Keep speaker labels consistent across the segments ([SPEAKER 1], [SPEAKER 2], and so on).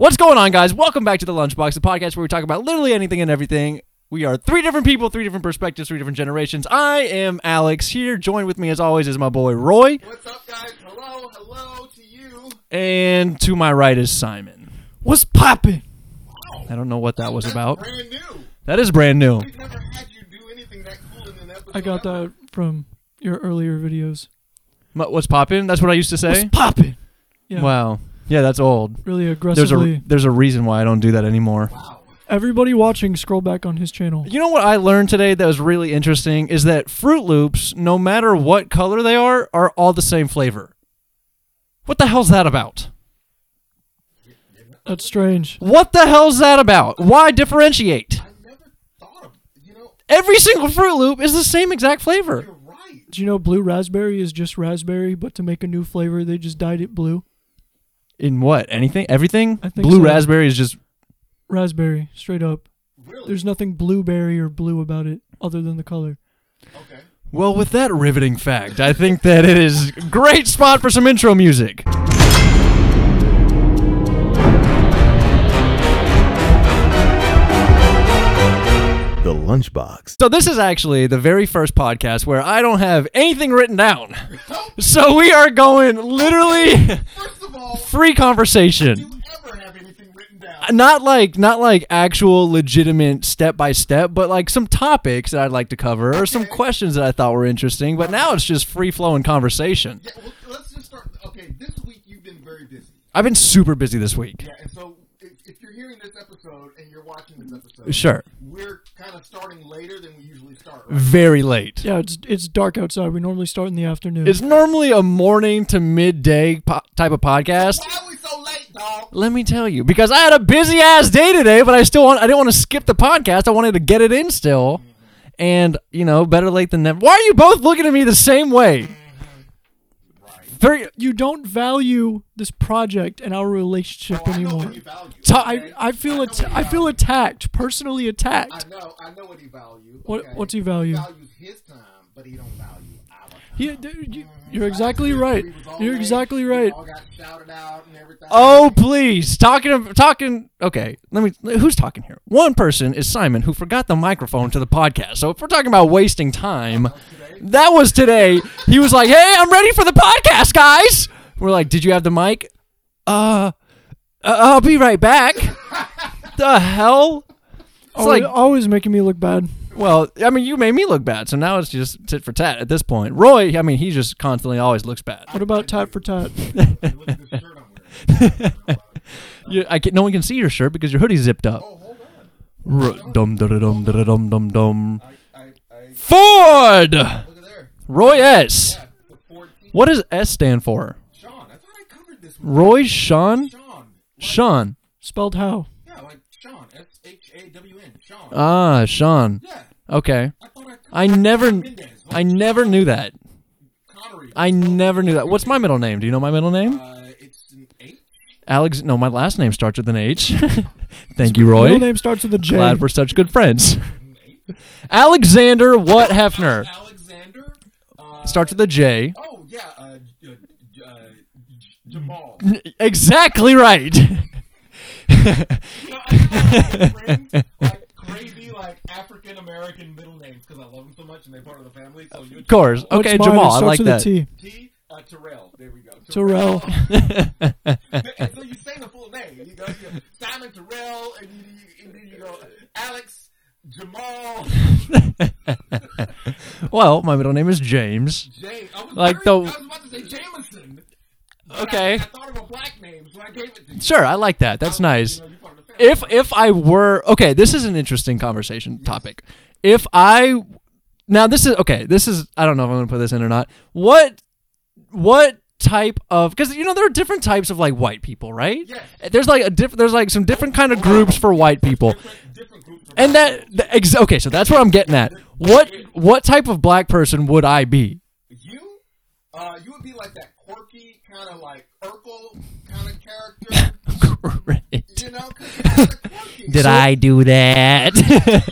[SPEAKER 1] What's going on, guys? Welcome back to the Lunchbox, the podcast where we talk about literally anything and everything. We are three different people, three different perspectives, three different generations. I am Alex here. Joined with me, as always, is my boy Roy,
[SPEAKER 2] What's up, guys? Hello, hello to you.
[SPEAKER 1] and to my right is Simon.
[SPEAKER 3] What's poppin'?
[SPEAKER 1] I don't know what that was
[SPEAKER 2] That's
[SPEAKER 1] about.
[SPEAKER 2] Oh. brand new.
[SPEAKER 1] That is brand new.
[SPEAKER 2] We've never had you do anything that cool in an episode.
[SPEAKER 3] I got
[SPEAKER 2] ever.
[SPEAKER 3] that from your earlier videos.
[SPEAKER 1] M- What's poppin'? That's what I used to
[SPEAKER 3] What's
[SPEAKER 1] say.
[SPEAKER 3] poppin'? Yeah.
[SPEAKER 1] Wow. Yeah, that's old.
[SPEAKER 3] Really
[SPEAKER 1] There's
[SPEAKER 3] aggressively.
[SPEAKER 1] a there's a reason why I don't do that anymore.
[SPEAKER 3] Everybody watching, scroll back on his channel.
[SPEAKER 1] You know what I learned today that was really interesting is that Fruit Loops, no matter what color they are, are all the same flavor. What the hell's that about?
[SPEAKER 3] That's strange.
[SPEAKER 1] What the hell's that about? Why differentiate?
[SPEAKER 2] I never thought of. You know,
[SPEAKER 1] Every single Fruit Loop is the same exact flavor.
[SPEAKER 2] you're right.
[SPEAKER 3] Do you know blue raspberry is just raspberry, but to make a new flavor, they just dyed it blue?
[SPEAKER 1] In what? Anything? Everything?
[SPEAKER 3] I think
[SPEAKER 1] Blue
[SPEAKER 3] so.
[SPEAKER 1] raspberry is just
[SPEAKER 3] Raspberry, straight up.
[SPEAKER 2] Really?
[SPEAKER 3] There's nothing blueberry or blue about it other than the color.
[SPEAKER 2] okay.
[SPEAKER 1] Well, with that riveting fact, I think that it is a great spot for some intro music.
[SPEAKER 4] The Lunchbox.
[SPEAKER 1] So this is actually the very first podcast where I don't have anything written down. So we are going literally
[SPEAKER 2] First of all,
[SPEAKER 1] free
[SPEAKER 2] do
[SPEAKER 1] conversation.
[SPEAKER 2] you ever have anything written down?
[SPEAKER 1] Not like not like actual legitimate step by step, but like some topics that I'd like to cover or some questions that I thought were interesting, but now it's just free flowing conversation.
[SPEAKER 2] Yeah. Well, let's just start. Okay, this week you've been very busy.
[SPEAKER 1] I've been super busy this week.
[SPEAKER 2] Yeah, and so if, if you're hearing this episode and you're watching this episode,
[SPEAKER 1] Sure.
[SPEAKER 2] we're kind of starting later than we usually start. Right?
[SPEAKER 1] Very late.
[SPEAKER 3] Yeah, it's it's dark outside. We normally start in the afternoon.
[SPEAKER 1] It's normally a morning to midday po- type of podcast.
[SPEAKER 2] Why are we so late, dog?
[SPEAKER 1] Let me tell you, because I had a busy ass day today, but I still want I didn't want to skip the podcast. I wanted to get it in still. And, you know, better late than never. Why are you both looking at me the same way? Very
[SPEAKER 3] you don't value this project and our relationship
[SPEAKER 2] Oh, I know
[SPEAKER 3] anymore.
[SPEAKER 2] what you value.
[SPEAKER 1] Ta-
[SPEAKER 3] I,
[SPEAKER 2] okay?
[SPEAKER 3] I feel
[SPEAKER 2] know what
[SPEAKER 3] at-
[SPEAKER 2] you
[SPEAKER 3] I feel
[SPEAKER 2] value.
[SPEAKER 3] attacked, personally
[SPEAKER 2] I
[SPEAKER 3] attacked.
[SPEAKER 2] know, I know what he values.
[SPEAKER 3] What-
[SPEAKER 2] okay?
[SPEAKER 3] what's he value?
[SPEAKER 2] He values his time, but he don't value our time.
[SPEAKER 3] He, dude, you, you're exactly right.
[SPEAKER 2] We was all
[SPEAKER 3] You're
[SPEAKER 2] late,
[SPEAKER 3] exactly
[SPEAKER 2] we
[SPEAKER 3] right.
[SPEAKER 2] all got shouted out and everything.
[SPEAKER 1] Oh, please. Talking of talking Okay, let me who's talking here? One person is Simon who forgot the microphone to the podcast. So if we're talking about wasting time, that was today. He was like, "Hey, I'm ready for the podcast, guys." We're like, "Did you have the mic?" Uh uh, I'll be right back. the hell? It's
[SPEAKER 3] Always,
[SPEAKER 1] like,
[SPEAKER 3] always making me look bad.
[SPEAKER 1] well, I mean, you made me look bad, so now it's just tit for tat at this point. Roy, I mean, he just constantly always looks bad.
[SPEAKER 3] What about tat for tat?
[SPEAKER 2] Look at this shirt I'm wearing.
[SPEAKER 1] You, I can, no one can see your shirt because your hoodie's zipped up.
[SPEAKER 2] Oh, hold on.
[SPEAKER 1] R- dum da da dum da da dum dum dum.
[SPEAKER 2] I, I,
[SPEAKER 1] Ford!
[SPEAKER 2] look at there.
[SPEAKER 1] Roy S.
[SPEAKER 2] Yeah, the 14.
[SPEAKER 1] What does S stand for?
[SPEAKER 2] Sean, I thought I covered this one.
[SPEAKER 1] Roy Sean?
[SPEAKER 2] Sean.
[SPEAKER 1] Sean.
[SPEAKER 3] Spelled how?
[SPEAKER 2] Yeah, like Sean. S H A W N. Sean.
[SPEAKER 1] Ah, Sean.
[SPEAKER 2] yeah,
[SPEAKER 1] Okay.
[SPEAKER 2] I thought I covered
[SPEAKER 1] I never,
[SPEAKER 2] Mendez.
[SPEAKER 1] I never knew that.
[SPEAKER 2] Connery.
[SPEAKER 1] I never knew that. What's my middle name? Do you know my middle name?
[SPEAKER 2] uh, it's an 8.
[SPEAKER 1] Alex. No, my last name starts with an H. Thank you, Roy.
[SPEAKER 3] Real name starts with a J.
[SPEAKER 1] Glad we're such good friends. Alexander What Hefner
[SPEAKER 2] Alexander. Uh,
[SPEAKER 1] starts with a J.
[SPEAKER 2] oh, yeah. Uh, J- J- uh, J- Jamal.
[SPEAKER 1] Exactly right.
[SPEAKER 2] You know, I friends, like crazy, like African American middle names because I love them so much and they're part of the family. So you
[SPEAKER 1] Of course.
[SPEAKER 3] What's
[SPEAKER 1] Okay,
[SPEAKER 3] mine? It
[SPEAKER 1] Jamal. I
[SPEAKER 3] starts
[SPEAKER 1] like
[SPEAKER 3] with a
[SPEAKER 1] that.
[SPEAKER 3] T.
[SPEAKER 2] T uh, Terrell. There we go.
[SPEAKER 3] Terrell.
[SPEAKER 2] and so you say the full name. You go you Simon Terrell, and, you, you, and then you go Alex Jamal
[SPEAKER 1] Well, my middle name is James.
[SPEAKER 2] James. I was
[SPEAKER 1] Like
[SPEAKER 2] very-
[SPEAKER 1] the-
[SPEAKER 2] I was about to say Jameson. but
[SPEAKER 1] Okay.
[SPEAKER 2] I, I thought of a black name, so I gave it to you.
[SPEAKER 1] Sure, I like that. That's nice.
[SPEAKER 2] You know, you're part of the family.
[SPEAKER 1] If if I were okay, this is an interesting conversation topic. If I now this is okay, this is I don't know if I'm gonna put this in or not. What what type of because you know there are different types of like white people, right?
[SPEAKER 2] Yes.
[SPEAKER 1] There's like a diff, there's like some different kind of groups for white people.
[SPEAKER 2] different, different groups.
[SPEAKER 1] And that th- ex- okay, so that's what I'm getting at. What what type of black person would I be?
[SPEAKER 2] you, uh, you would be like that quirky kind of like Urkel kind of character,
[SPEAKER 1] Great.
[SPEAKER 2] you know? 'Cause you're kinda quirky.
[SPEAKER 1] Did I do that?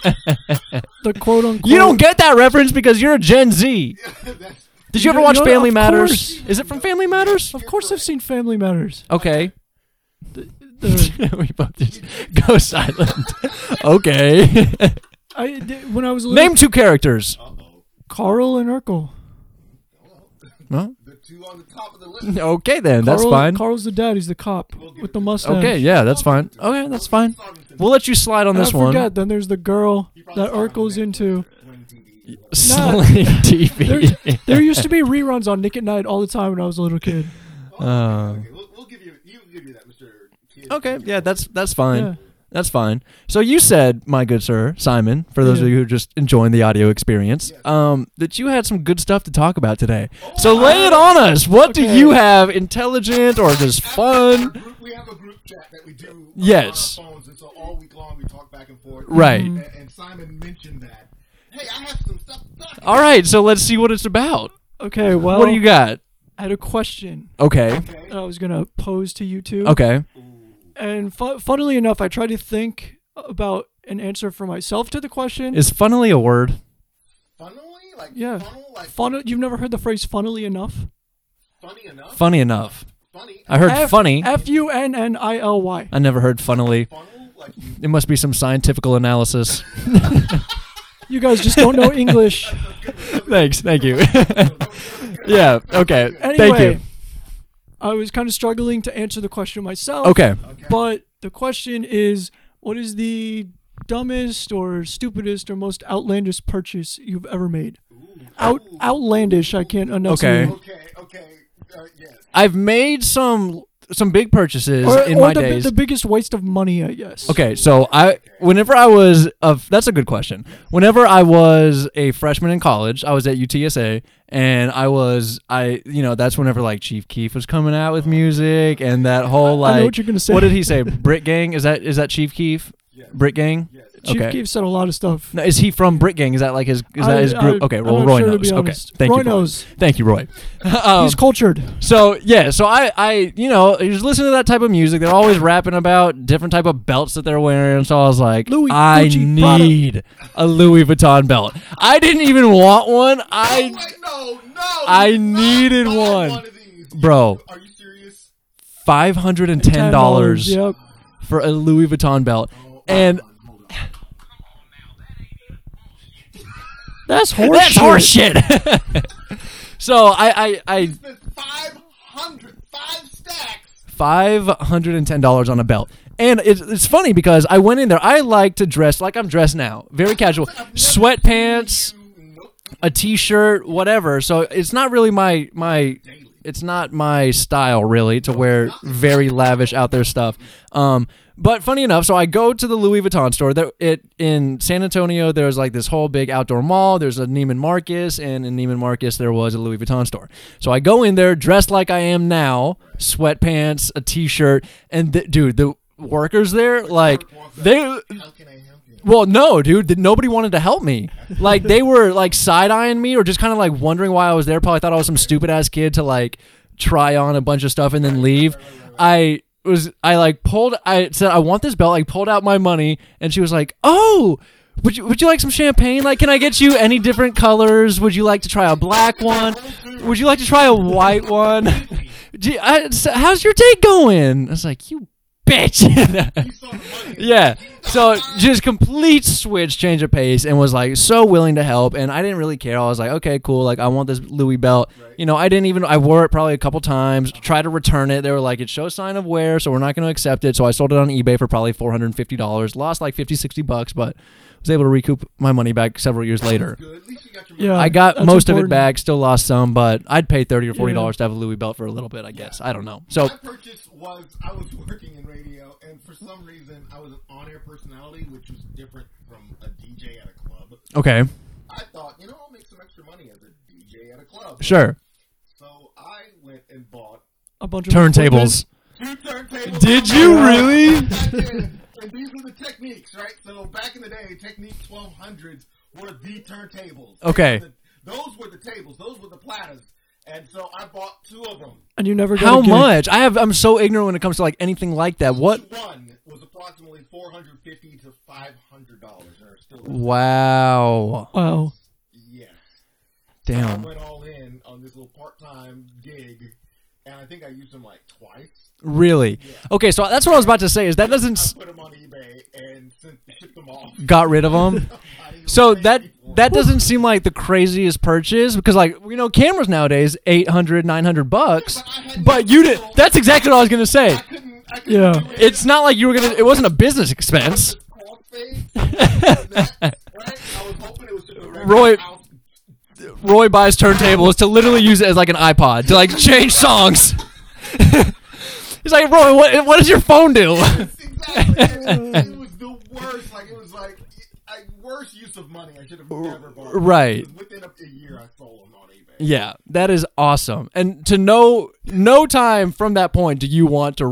[SPEAKER 3] The quote unquote.
[SPEAKER 1] you don't get that reference because you're a Gen Z.
[SPEAKER 2] That's-
[SPEAKER 1] Did you ever
[SPEAKER 3] You
[SPEAKER 1] watch
[SPEAKER 3] know,
[SPEAKER 1] Family
[SPEAKER 3] of
[SPEAKER 1] Matters?
[SPEAKER 3] course.
[SPEAKER 1] Is it from Family Matters?
[SPEAKER 3] Of course, I've seen Family Matters.
[SPEAKER 1] Okay.
[SPEAKER 3] the
[SPEAKER 1] we both just go silent. okay.
[SPEAKER 3] I d- when I was little,
[SPEAKER 1] Name two characters.
[SPEAKER 3] Carl and Urkel.
[SPEAKER 1] Well,
[SPEAKER 2] The two on the top of the list.
[SPEAKER 1] okay then. That's
[SPEAKER 3] Carl-
[SPEAKER 1] fine.
[SPEAKER 3] Carl's the dad. He's the cop with the mustache.
[SPEAKER 1] Okay, yeah, that's fine. Okay, that's fine. We'll let you slide on
[SPEAKER 3] And
[SPEAKER 1] this
[SPEAKER 3] I
[SPEAKER 1] one.
[SPEAKER 3] forgot. Then there's the girl that Urkel's into.
[SPEAKER 1] Sling
[SPEAKER 3] There,
[SPEAKER 1] TV.
[SPEAKER 3] there used to be reruns on Nick at Night all the time when I was a little kid.
[SPEAKER 1] Oh.
[SPEAKER 2] Okay, we'll, we'll give you. You can give me that, Mister.
[SPEAKER 1] Okay, yeah, that's that's fine.
[SPEAKER 3] Yeah.
[SPEAKER 1] That's fine. So you said, my good sir, Simon, for those of
[SPEAKER 3] Yeah.
[SPEAKER 1] you who are just enjoying the audio experience, um, that you had some good stuff to talk about today. So lay it on us. What do
[SPEAKER 3] Okay.
[SPEAKER 1] you have, intelligent or just fun?
[SPEAKER 2] Group, we have a group chat that we do.
[SPEAKER 1] Yes.
[SPEAKER 2] On our phones, and so all week long we talk back and forth.
[SPEAKER 1] Right.
[SPEAKER 2] And, and Simon mentioned that. Hey, I have some stuff. To talk
[SPEAKER 1] All right, so let's see what it's about.
[SPEAKER 3] Okay. Well,
[SPEAKER 1] What do you got?
[SPEAKER 3] I had a question
[SPEAKER 1] Okay.
[SPEAKER 3] that I was gonna pose to you two.
[SPEAKER 1] Okay.
[SPEAKER 3] And fu- funnily enough, I tried to think about an answer for myself to the question.
[SPEAKER 1] Is funnily a word?
[SPEAKER 2] Funnily, like
[SPEAKER 3] Yeah.
[SPEAKER 2] funnel, like
[SPEAKER 3] Fun- you've never heard the phrase "funnily enough"?
[SPEAKER 2] funny enough,
[SPEAKER 1] Funny enough.
[SPEAKER 2] funny.
[SPEAKER 1] I heard
[SPEAKER 3] F-
[SPEAKER 1] funny. I
[SPEAKER 3] F U N N I L Y.
[SPEAKER 1] never heard funnily.
[SPEAKER 2] Funnel, like you
[SPEAKER 1] It must be some scientifical analysis.
[SPEAKER 3] You guys just don't know English.
[SPEAKER 1] Thanks. Thank you. yeah. Okay.
[SPEAKER 3] Anyway,
[SPEAKER 1] Thank you.
[SPEAKER 3] I was kind of struggling to answer the question myself.
[SPEAKER 1] Okay.
[SPEAKER 3] But the question is, what is the dumbest or stupidest or most outlandish purchase you've ever made? Out outlandish, I can't enunciate.
[SPEAKER 1] Okay.
[SPEAKER 2] Okay, okay, uh, yes.
[SPEAKER 1] I've made some some big purchases
[SPEAKER 3] Or,
[SPEAKER 1] in
[SPEAKER 3] or
[SPEAKER 1] my
[SPEAKER 3] the, bi-
[SPEAKER 1] days.
[SPEAKER 3] the biggest waste of money, I guess.
[SPEAKER 1] Okay, so I whenever I was of that's a good question. Whenever I was a freshman in college, I was at UTSA and I was I you know, that's whenever like Chief Keef was coming out with music and that whole
[SPEAKER 3] I
[SPEAKER 1] like
[SPEAKER 3] know what you're gonna say.
[SPEAKER 1] What did he say? Brit Gang? Is that is that Chief Keef? Brit Gang?
[SPEAKER 3] Chief
[SPEAKER 1] okay.
[SPEAKER 3] Keef said a lot of stuff.
[SPEAKER 1] Now, is he from Brit Gang? Is that like his is that
[SPEAKER 3] I-
[SPEAKER 1] his group?
[SPEAKER 3] I-
[SPEAKER 1] okay,
[SPEAKER 3] I'm
[SPEAKER 1] well
[SPEAKER 3] not
[SPEAKER 1] Roy
[SPEAKER 3] sure, to be
[SPEAKER 1] knows. Okay.
[SPEAKER 3] honest.
[SPEAKER 1] Thank
[SPEAKER 3] Roy
[SPEAKER 1] you. Roy.
[SPEAKER 3] knows.
[SPEAKER 1] Thank you, Roy. Um,
[SPEAKER 3] He's cultured.
[SPEAKER 1] so yeah, so I, I, you know, I was listening to that type of music. They're always rapping about different type of belts that they're wearing. So I was like,
[SPEAKER 3] Louis
[SPEAKER 1] I
[SPEAKER 3] Gucci Prada.
[SPEAKER 1] need a Louis Vuitton belt. I didn't even want one.
[SPEAKER 2] Oh,
[SPEAKER 1] I,
[SPEAKER 2] wait, no, no.
[SPEAKER 1] I
[SPEAKER 2] you not
[SPEAKER 1] needed
[SPEAKER 2] buy
[SPEAKER 1] one.
[SPEAKER 2] of these.
[SPEAKER 1] bro,
[SPEAKER 2] Are you serious?
[SPEAKER 1] five hundred and ten dollars
[SPEAKER 3] Yep.
[SPEAKER 1] for a Louis Vuitton belt, and
[SPEAKER 3] That's horse.
[SPEAKER 1] that's
[SPEAKER 3] shit.
[SPEAKER 1] horseshit. so I, I, I
[SPEAKER 2] Spent 500, five stacks.
[SPEAKER 1] five hundred and ten dollars on a belt. And it's, it's funny because I went in there. I like to dress like I'm dressed now, very casual, sweatpants, a t-shirt, whatever. So it's not really my my. It's not my style really to wear very lavish out there stuff. Um, but funny enough, so I go to the Louis Vuitton store. That it in San Antonio, there's like this whole big outdoor mall. There's a Neiman Marcus, and in Neiman Marcus there was a Louis Vuitton store. So I go in there dressed like I am now, sweatpants, a t-shirt, and th- dude, the workers there like they
[SPEAKER 2] How can I help you?
[SPEAKER 1] well, no, dude. th- Nobody wanted to help me. Like they were like side eyeing me, or just kind of like wondering why I was there. Probably thought I was some stupid ass kid to like try on a bunch of stuff and then leave. I was I like pulled. I said I want this belt. I pulled out my money, and she was like, "Oh, would you would you like some champagne? Like, can I get you any different colors? Would you like to try a black one? Would you like to try a white one? Do you- I- so how's your day going?" I was like, "You bitch."
[SPEAKER 2] You saw the money.
[SPEAKER 1] Yeah. So just complete switch, change of pace, and was like so willing to help. And I didn't really care. I was like, okay, cool. Like I want this Louis belt. You know, I didn't even. I wore it probably a couple times. Tried to return it. They were like, it shows sign of wear, so we're not going to accept it. So I sold it on eBay for probably four hundred and fifty dollars. Lost like 50, 60 bucks, but was able to recoup my money back several years later.
[SPEAKER 2] Good. At least you got your money.
[SPEAKER 3] Yeah.
[SPEAKER 1] I got
[SPEAKER 3] that's
[SPEAKER 1] most of it
[SPEAKER 3] important.
[SPEAKER 1] back. Still lost some, but I'd pay thirty or forty dollars
[SPEAKER 3] Yeah.
[SPEAKER 1] to have a Louis belt for a little bit. I guess I don't know. So
[SPEAKER 2] My purchase was I was working in radio, and for some reason I was an on-air personality, which was different from a DJ at a club.
[SPEAKER 1] okay,
[SPEAKER 2] I thought, you know, I'll make some extra money as a DJ at a club.
[SPEAKER 1] sure.
[SPEAKER 2] So I went and bought
[SPEAKER 3] A bunch of
[SPEAKER 1] Turntables.
[SPEAKER 2] two turntables.
[SPEAKER 1] Did you really?
[SPEAKER 2] I did. And these are the techniques, right? So back in the day, Technique 1200s were the turntables.
[SPEAKER 1] Okay.
[SPEAKER 2] Those were the tables. Those were the platters. And so I bought two of them.
[SPEAKER 3] And you never got
[SPEAKER 1] How
[SPEAKER 3] a gig.
[SPEAKER 1] much? I have. I'm so ignorant when it comes to like anything like that. What?
[SPEAKER 2] Each one was approximately 450 to 500 dollars, or still.
[SPEAKER 1] Wow.
[SPEAKER 3] Wow.
[SPEAKER 2] Yeah. I
[SPEAKER 1] Damn.
[SPEAKER 2] went all in on this little part-time gig, and I think I used them like twice.
[SPEAKER 1] Really? Okay, so that's what I was about to say. Is that doesn't s-
[SPEAKER 2] Put them on eBay and sent, shipped them off.
[SPEAKER 1] got rid of them? So that that doesn't seem like the craziest purchase because like you know cameras nowadays 800 900 bucks but you did that's exactly what I was going to say
[SPEAKER 2] couldn't, I couldn't
[SPEAKER 3] Yeah.
[SPEAKER 1] it's not like you were going to it wasn't a business expense
[SPEAKER 2] call things. that, right? I was hoping it was just a regular
[SPEAKER 1] Roy-
[SPEAKER 2] house.
[SPEAKER 1] Roy buys turntables to literally use it as like an iPod to like change songs. He's like, Roy, what, what does your phone do?
[SPEAKER 2] Exactly. It, it was the worst. Like it was like I, worst use of money. I should have never bought. them.
[SPEAKER 1] right.
[SPEAKER 2] It was Within a, a year, I sold them on eBay.
[SPEAKER 1] Yeah, that is awesome. And to no no time from that point do you want to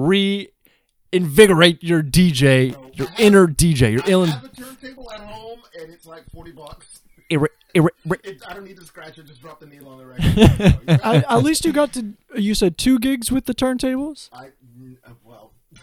[SPEAKER 1] reinvigorate your DJ, your inner DJ, your
[SPEAKER 2] I
[SPEAKER 1] ill
[SPEAKER 2] have a turntable at home, and it's like forty bucks.
[SPEAKER 1] ir- ir- ir-
[SPEAKER 2] It, I don't need to scratch it. Just drop the needle on the record.
[SPEAKER 3] I, at least you got to. You said two gigs with the turntables.
[SPEAKER 2] I, n- uh, well,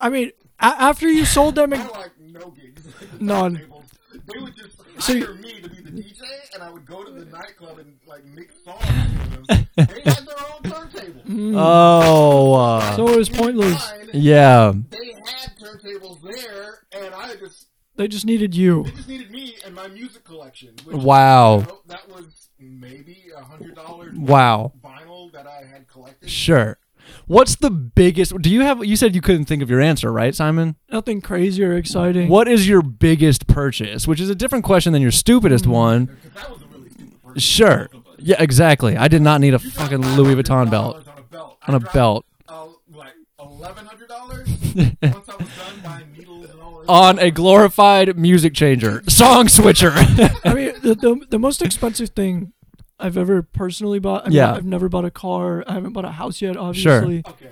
[SPEAKER 3] I mean, a- after you sold them,
[SPEAKER 2] I
[SPEAKER 3] and,
[SPEAKER 2] like no gigs.
[SPEAKER 3] None.
[SPEAKER 2] Turntables. They would just
[SPEAKER 3] So you-
[SPEAKER 2] hire me to be the DJ, and I would go to the nightclub and like mix songs. For them. They had their own turntable.
[SPEAKER 3] Mm.
[SPEAKER 1] oh, uh,
[SPEAKER 3] so it was pointless.
[SPEAKER 2] Mine,
[SPEAKER 1] yeah.
[SPEAKER 2] They had turntables there, and I just
[SPEAKER 3] They just needed you.
[SPEAKER 2] they just needed me and my music collection. Which,
[SPEAKER 1] Wow.
[SPEAKER 2] you know, that was maybe a hundred dollars
[SPEAKER 1] Wow.
[SPEAKER 2] vinyl that I had collected.
[SPEAKER 1] Sure. What's the biggest? Do you have? You said you couldn't think of your answer, right, Simon?
[SPEAKER 3] Nothing crazy or exciting.
[SPEAKER 1] What is your biggest purchase? Which is a different question than your
[SPEAKER 3] Hmm.
[SPEAKER 1] stupidest one.
[SPEAKER 2] That was a really stupid purchase.
[SPEAKER 1] Sure. Yeah, exactly. I did not need a fucking Louis Vuitton belt.
[SPEAKER 2] On a belt.
[SPEAKER 1] On
[SPEAKER 2] I
[SPEAKER 1] a
[SPEAKER 2] dropped,
[SPEAKER 1] belt.
[SPEAKER 2] Uh, like eleven hundred dollars. Once I was done buying needles and all. that-
[SPEAKER 1] On a glorified music changer, song switcher.
[SPEAKER 3] I mean, the, the the most expensive thing I've ever personally bought. I mean,
[SPEAKER 1] Yeah.
[SPEAKER 3] I've never bought a car. I haven't bought a house yet. Obviously.
[SPEAKER 2] Okay.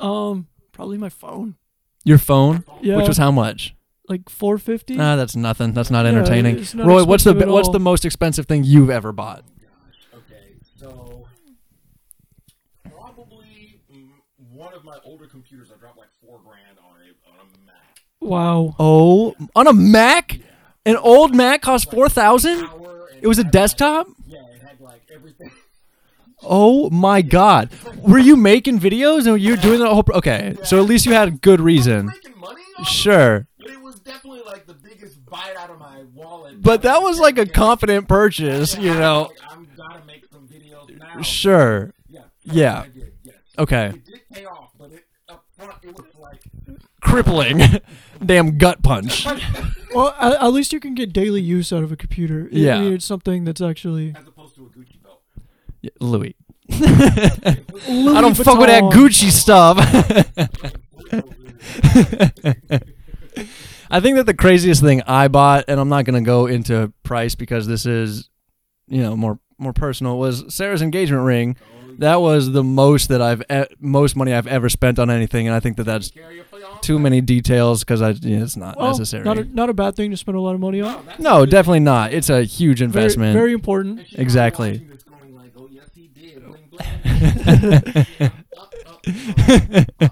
[SPEAKER 3] Um, probably my phone.
[SPEAKER 1] your phone,
[SPEAKER 3] Yeah.
[SPEAKER 1] which was how much?
[SPEAKER 3] like four fifty.
[SPEAKER 1] Ah, that's nothing. That's not entertaining.
[SPEAKER 3] it's not
[SPEAKER 1] Roy, what's the
[SPEAKER 3] expensive at
[SPEAKER 1] what's
[SPEAKER 3] all.
[SPEAKER 1] the most expensive thing you've ever bought?
[SPEAKER 2] Okay. So probably mm, one of my older computers. I dropped like four grand on a on a Mac.
[SPEAKER 3] wow.
[SPEAKER 1] Oh, on a Mac, an old Mac cost four thousand.
[SPEAKER 2] Power and
[SPEAKER 1] It was a desktop.
[SPEAKER 2] yeah, it had like everything.
[SPEAKER 1] Oh my God! Were you making videos and you were doing that whole? Pro- okay, so at least you had good reason.
[SPEAKER 2] Making money. off it,
[SPEAKER 1] Sure,
[SPEAKER 2] But it was definitely like the biggest bite out of my wallet.
[SPEAKER 1] but that was like a
[SPEAKER 2] Yeah,
[SPEAKER 1] confident purchase, you know.
[SPEAKER 2] Like, I'm gotta make some videos now.
[SPEAKER 1] Sure.
[SPEAKER 2] Yeah.
[SPEAKER 1] Yeah.
[SPEAKER 2] I did. Yes.
[SPEAKER 1] Okay.
[SPEAKER 2] It did pay off, but it up front it was like
[SPEAKER 1] Crippling. Damn gut punch.
[SPEAKER 3] Well, at, at least you can get daily use out of a computer. You
[SPEAKER 1] Yeah.
[SPEAKER 3] need something that's actually.
[SPEAKER 2] as opposed to a Gucci belt.
[SPEAKER 1] Yeah, Louis.
[SPEAKER 3] Louis
[SPEAKER 1] I don't fuck with that
[SPEAKER 3] Vuitton.
[SPEAKER 1] Gucci stuff. I think that the craziest thing I bought, and I'm not gonna go into price because this is, you know, more more personal, was Sarah's engagement ring. That was the most that I've e- most money I've ever spent on anything, and I think that that's
[SPEAKER 2] Carry a playoff.
[SPEAKER 1] too many details because I you know, it's not
[SPEAKER 3] Well,
[SPEAKER 1] necessary.
[SPEAKER 3] Not a, not a bad thing to spend a lot of money on.
[SPEAKER 1] no, definitely not. It's a huge
[SPEAKER 3] Very,
[SPEAKER 1] investment.
[SPEAKER 3] very important.
[SPEAKER 1] exactly.
[SPEAKER 2] It's going like, oh yes he did. Bling, bling. Uh, uh, uh, uh, uh, uh,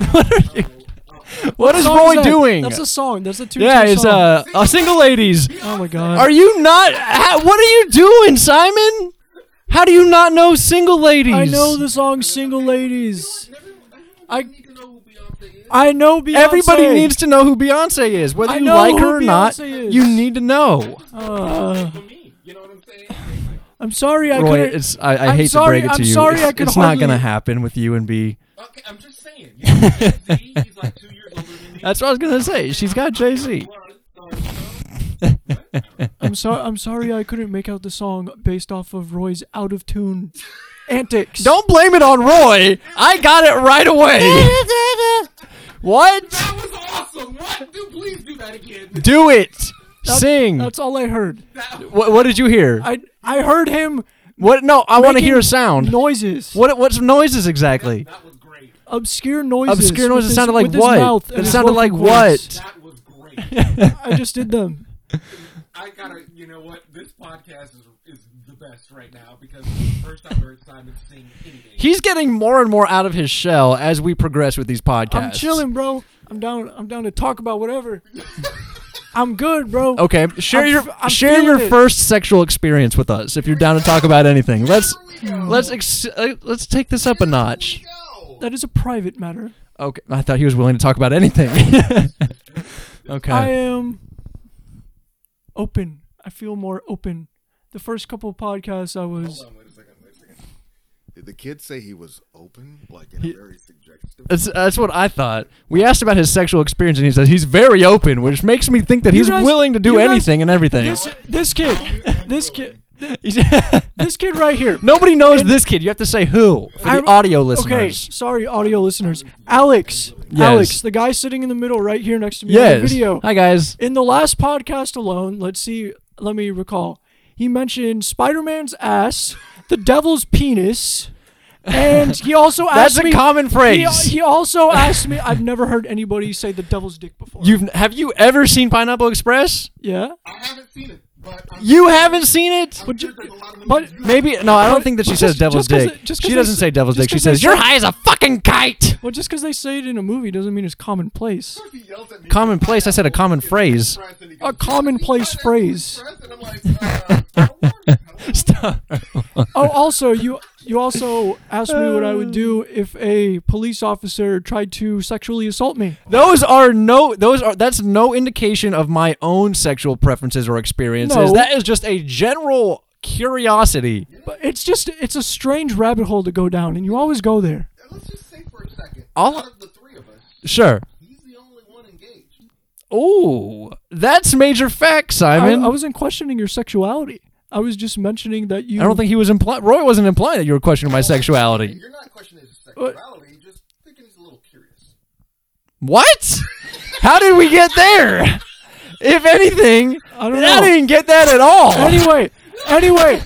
[SPEAKER 2] uh, uh, uh.
[SPEAKER 1] What is
[SPEAKER 3] What song
[SPEAKER 1] Roy
[SPEAKER 3] that?
[SPEAKER 1] doing?
[SPEAKER 3] That's a song. That's a two.
[SPEAKER 1] yeah, it's
[SPEAKER 3] song.
[SPEAKER 1] uh, a single ladies.
[SPEAKER 3] Oh my god.
[SPEAKER 1] Are you not? ha- What are you doing, Simon? How do you not know single ladies?
[SPEAKER 3] I know the song "Single Ladies."
[SPEAKER 2] I need to know who Beyonce is.
[SPEAKER 3] I know Beyonce.
[SPEAKER 1] Everybody needs to know who Beyonce is, whether
[SPEAKER 3] I
[SPEAKER 1] you
[SPEAKER 3] know
[SPEAKER 1] like
[SPEAKER 3] who
[SPEAKER 1] her or not.
[SPEAKER 3] Beyonce is.
[SPEAKER 1] You need to know.
[SPEAKER 3] Uh,
[SPEAKER 2] For me, you know what I'm saying?
[SPEAKER 3] I'm sorry, I
[SPEAKER 1] Roy,
[SPEAKER 3] couldn't.
[SPEAKER 1] it's I, I
[SPEAKER 3] I'm
[SPEAKER 1] hate
[SPEAKER 3] sorry-
[SPEAKER 1] to break it to
[SPEAKER 3] I'm
[SPEAKER 1] you.
[SPEAKER 3] sorry
[SPEAKER 1] it's
[SPEAKER 3] I could
[SPEAKER 1] it's not
[SPEAKER 3] hardly-
[SPEAKER 1] gonna happen with you and B.
[SPEAKER 2] Okay, I'm just saying. You know, Jay-Z, he's like two years older than me.
[SPEAKER 1] That's what I was gonna say. She's got Jay Z.
[SPEAKER 3] I'm sorry. I'm sorry, I couldn't make out the song based off of Roy's out of tune antics.
[SPEAKER 1] Don't blame it on Roy. I got it right away. what?
[SPEAKER 2] That was awesome. What? Dude, please do that again.
[SPEAKER 1] Do it. Sing.
[SPEAKER 3] That's all I heard.
[SPEAKER 1] what, what did you hear?
[SPEAKER 3] I I heard him
[SPEAKER 1] what? No, I want to
[SPEAKER 3] Making
[SPEAKER 1] hear a sound.
[SPEAKER 3] noises.
[SPEAKER 1] What? What's noises exactly?
[SPEAKER 2] That was great.
[SPEAKER 3] obscure noises?
[SPEAKER 1] Obscure noises
[SPEAKER 3] with
[SPEAKER 1] sounded
[SPEAKER 3] his-
[SPEAKER 1] like
[SPEAKER 3] with his
[SPEAKER 1] what?
[SPEAKER 3] mouth
[SPEAKER 1] It
[SPEAKER 3] and his
[SPEAKER 1] sounded like
[SPEAKER 3] vocal cords.
[SPEAKER 2] That was great.
[SPEAKER 3] I just did them.
[SPEAKER 2] I gotta, you know what? This podcast is is the best right now because it's the first time I heard Simon sing anything.
[SPEAKER 1] He's getting more and more out of his shell as we progress with these podcasts.
[SPEAKER 3] I'm chilling, bro. I'm down. I'm down to talk about whatever. I'm good, bro.
[SPEAKER 1] Okay, share
[SPEAKER 3] I'm
[SPEAKER 1] your
[SPEAKER 3] f- I'm
[SPEAKER 1] share
[SPEAKER 3] feeling
[SPEAKER 1] your
[SPEAKER 3] it.
[SPEAKER 1] first sexual experience with
[SPEAKER 3] Hmm.
[SPEAKER 1] us if you're down to talk about anything. Let's let's ex- uh, let's take this up a notch.
[SPEAKER 2] No.
[SPEAKER 3] that is a private matter.
[SPEAKER 1] Okay, I thought he was willing to talk about anything. okay.
[SPEAKER 3] I am open. I feel more open. The first couple of podcasts, I was.
[SPEAKER 2] Hold on, wait a second, wait a second. Did the kid say he was open, like in a very suggestive?
[SPEAKER 1] that's, that's what I thought. We asked about his sexual experience, and he says he's very open, which makes me think that
[SPEAKER 3] You
[SPEAKER 1] he's
[SPEAKER 3] guys-
[SPEAKER 1] willing to
[SPEAKER 3] you
[SPEAKER 1] do
[SPEAKER 3] guys-
[SPEAKER 1] anything and everything.
[SPEAKER 3] This, this kid, this kid,
[SPEAKER 1] He's-
[SPEAKER 3] this kid right here.
[SPEAKER 1] Nobody knows this kid. You have to say who for
[SPEAKER 3] I-
[SPEAKER 1] the audio
[SPEAKER 3] Okay,
[SPEAKER 1] listeners.
[SPEAKER 3] sorry, audio listeners. Alex,
[SPEAKER 1] Yes.
[SPEAKER 3] Alex, the guy sitting in the middle right here next to me in the
[SPEAKER 1] Yes.
[SPEAKER 3] video.
[SPEAKER 1] Hi guys.
[SPEAKER 3] in the last podcast alone, let's see, let me recall. He mentioned Spider Man's ass, the devil's penis, and he also asked
[SPEAKER 1] That's a
[SPEAKER 3] me.
[SPEAKER 1] common phrase.
[SPEAKER 3] He, he also asked me. I've never heard anybody say the devil's dick before.
[SPEAKER 1] You've have you ever seen Pineapple Express?
[SPEAKER 3] yeah,
[SPEAKER 5] I haven't seen it, but I'm
[SPEAKER 1] You haven't seen it?
[SPEAKER 5] but sure there's a lot of movies
[SPEAKER 3] but-
[SPEAKER 5] you haven't
[SPEAKER 1] Maybe no. I don't
[SPEAKER 3] But
[SPEAKER 1] think that she
[SPEAKER 3] just-
[SPEAKER 1] says devil's
[SPEAKER 3] just 'cause
[SPEAKER 1] dick.
[SPEAKER 3] it- just 'cause
[SPEAKER 1] she doesn't
[SPEAKER 3] they-
[SPEAKER 1] say devil's
[SPEAKER 3] just
[SPEAKER 1] dick. She
[SPEAKER 3] 'cause they
[SPEAKER 1] says you're
[SPEAKER 3] say-
[SPEAKER 1] high as a fucking kite.
[SPEAKER 3] well, just because they say it in a movie doesn't mean it's commonplace.
[SPEAKER 5] He yells at me.
[SPEAKER 1] Commonplace. I said a common phrase.
[SPEAKER 5] Friends, and he goes,
[SPEAKER 3] A commonplace phrase.
[SPEAKER 5] "Friends," and I'm like, uh, hello, hello.
[SPEAKER 3] Oh, also you you also asked me what I would do if a police officer tried to sexually assault me.
[SPEAKER 1] Those are no. Those are that's no indication of my own sexual preferences or experiences.
[SPEAKER 3] No.
[SPEAKER 1] That is just a general curiosity.
[SPEAKER 3] But it's just it's a strange rabbit hole to go down, and you always go there.
[SPEAKER 5] And let's just say for a second,
[SPEAKER 1] All-
[SPEAKER 5] out of the three of us,
[SPEAKER 1] Sure.
[SPEAKER 5] he's the only one engaged.
[SPEAKER 1] Oh, that's major fact,
[SPEAKER 3] I,
[SPEAKER 1] Simon.
[SPEAKER 3] I wasn't questioning your sexuality. I was just mentioning that you.
[SPEAKER 1] I don't think he was implying. Roy wasn't implying that you were questioning my sexuality.
[SPEAKER 5] You're not questioning his sexuality, you're just thinking he's a little curious.
[SPEAKER 1] What? How did we get there? If anything, I,
[SPEAKER 3] I don't know.
[SPEAKER 1] didn't get that at all.
[SPEAKER 3] Anyway, anyway,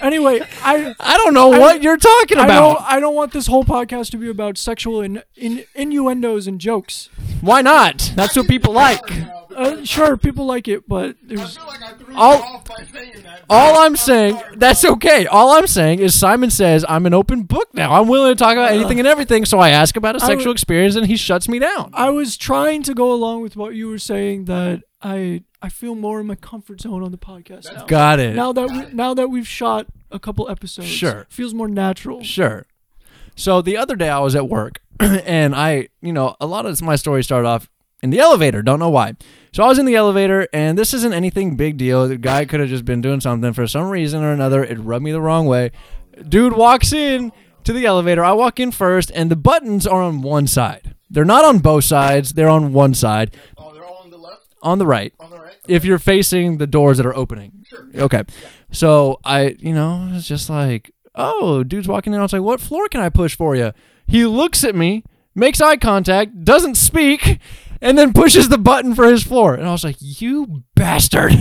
[SPEAKER 3] anyway, I.
[SPEAKER 1] I don't know what you're talking
[SPEAKER 3] I don't,
[SPEAKER 1] about.
[SPEAKER 3] I don't want this whole podcast to be about sexual in, in, innuendos and jokes.
[SPEAKER 1] Why not? That's what people like.
[SPEAKER 5] Now,
[SPEAKER 3] Uh, sure, people like it, but
[SPEAKER 5] I
[SPEAKER 3] there's
[SPEAKER 5] feel like I threw you
[SPEAKER 1] All-
[SPEAKER 5] off by saying that.
[SPEAKER 1] All
[SPEAKER 5] but
[SPEAKER 1] I'm saying,
[SPEAKER 5] sorry,
[SPEAKER 1] that's okay. All I'm saying is Simon says I'm an open book now. I'm willing to talk about anything and everything. So I ask about a
[SPEAKER 3] I would-
[SPEAKER 1] sexual experience, and he shuts me down.
[SPEAKER 3] I was trying to go along with what you were saying that I I feel more in my comfort zone on the podcast now.
[SPEAKER 1] Got it.
[SPEAKER 3] now that we, now that we've shot a couple episodes,
[SPEAKER 1] Sure.
[SPEAKER 3] feels more natural.
[SPEAKER 1] Sure. So the other day I was at work and I, you know, a lot of my stories start off in the elevator. Don't know why. So I was in the elevator and this isn't anything big deal. The guy could have just been doing something for some reason or another. It rubbed me the wrong way. Dude walks in to the elevator. I walk in first and the buttons are on one side. They're not on both sides. They're on one side,
[SPEAKER 5] Oh, they're all on the left, Oh,
[SPEAKER 1] on the right
[SPEAKER 5] on the right.
[SPEAKER 1] if you're facing the doors that are opening. Okay. So I, you know, it's just like, oh, dude's walking in. I was like, what floor can I push for you? He looks at me, makes eye contact, doesn't speak, and then pushes the button for his floor. And I was like, you bastard.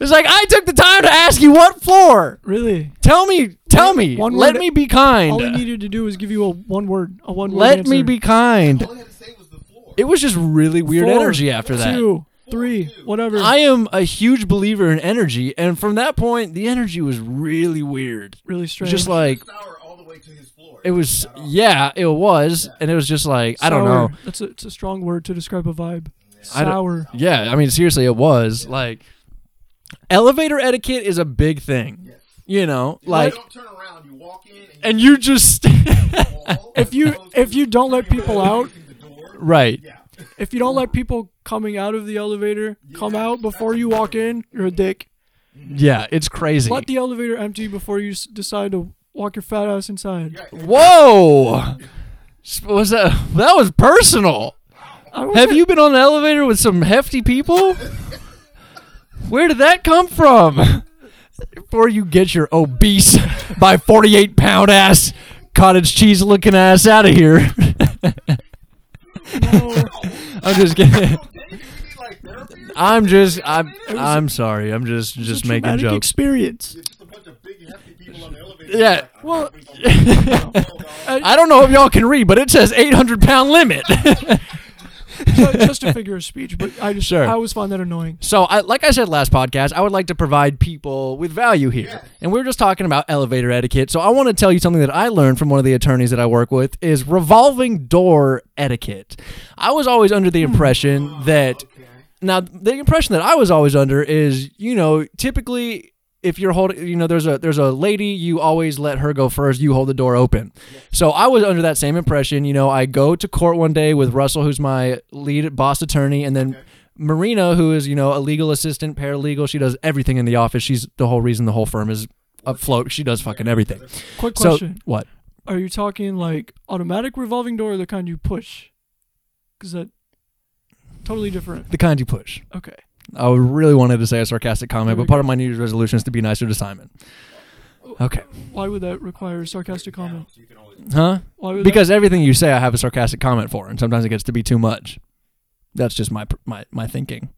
[SPEAKER 1] It's like I took the time to ask you what floor.
[SPEAKER 3] Really,
[SPEAKER 1] Tell me, tell me.
[SPEAKER 3] One
[SPEAKER 1] Let
[SPEAKER 3] word-
[SPEAKER 1] me be
[SPEAKER 3] all he
[SPEAKER 1] kind.
[SPEAKER 3] needed to do was give you a one word, a one word.
[SPEAKER 1] uh, Let me
[SPEAKER 3] answer.
[SPEAKER 1] be kind.
[SPEAKER 5] All I had to say was the floor.
[SPEAKER 1] It was just really weird
[SPEAKER 3] Four,
[SPEAKER 1] energy after that.
[SPEAKER 3] Two, three, whatever.
[SPEAKER 1] I am a huge believer in energy, and from that point, the energy was really weird. It
[SPEAKER 3] really
[SPEAKER 1] was
[SPEAKER 3] strange.
[SPEAKER 1] Just like
[SPEAKER 5] Sour all the way to his floor.
[SPEAKER 1] it was, yeah, it was, and it was just like I don't
[SPEAKER 3] Sour.
[SPEAKER 1] know.
[SPEAKER 3] That's a, it's a strong word to describe a vibe.
[SPEAKER 1] I don't-
[SPEAKER 3] Sour.
[SPEAKER 1] Yeah, I mean, seriously, it was like elevator etiquette is a big thing. You know, like,
[SPEAKER 5] you don't turn around, you walk in, and,
[SPEAKER 1] and you just
[SPEAKER 5] you fall.
[SPEAKER 3] If you if you don't let people out,
[SPEAKER 5] the door.
[SPEAKER 1] right.
[SPEAKER 3] if you don't let people coming out of the elevator come out before you walk in, you're a dick.
[SPEAKER 1] Yeah, it's crazy.
[SPEAKER 3] Let the elevator empty before you s- decide to walk your fat ass inside.
[SPEAKER 1] Whoa, was that that was personal?
[SPEAKER 3] I wasn't-
[SPEAKER 1] Have you been on an elevator with some hefty people? Where did that come from? Before you get your obese by 48 pound ass cottage cheese looking ass out of here. I'm just kidding. I'm just I'm I'm sorry. I'm just just making
[SPEAKER 3] Traumatic
[SPEAKER 1] jokes.
[SPEAKER 3] experience.
[SPEAKER 5] Just a bunch of big, hefty people on the elevator.
[SPEAKER 1] Yeah.
[SPEAKER 3] Well,
[SPEAKER 1] I don't know if y'all can read, but it says 800 pound limit.
[SPEAKER 3] ju- just a figure of speech, but I just
[SPEAKER 1] Sure.
[SPEAKER 3] I always find that annoying.
[SPEAKER 1] So, I, like I said last podcast, I would like to provide people with value here. And we were just talking about elevator etiquette. So, I want to tell you something that I learned from one of the attorneys that I work with is revolving door etiquette. I was always under the impression that now the impression that I was always under is, you know, typically if you're holding, you know, there's a there's a lady. You always let her go first. You hold the door open. So I was under that same impression. You know, I go to court one day with Russell, who's my lead boss attorney, and then Marina, who is you know a legal assistant, paralegal. She does everything in the office. She's the whole reason the whole firm is afloat. She does fucking everything.
[SPEAKER 3] Quick
[SPEAKER 1] So
[SPEAKER 3] question:
[SPEAKER 1] what?
[SPEAKER 3] Are you talking like automatic revolving door or the kind you push? Because that totally different.
[SPEAKER 1] The kind you push.
[SPEAKER 3] Okay.
[SPEAKER 1] I really wanted to say a sarcastic comment,
[SPEAKER 3] There we
[SPEAKER 1] but part of my New Year's resolution is to be nicer to Simon. Okay.
[SPEAKER 3] Why would that require a sarcastic comment?
[SPEAKER 1] Huh?
[SPEAKER 3] Why would
[SPEAKER 1] Because everything you say, I have a sarcastic comment for, and sometimes it gets to be too much. That's just my my my thinking.
[SPEAKER 3] that-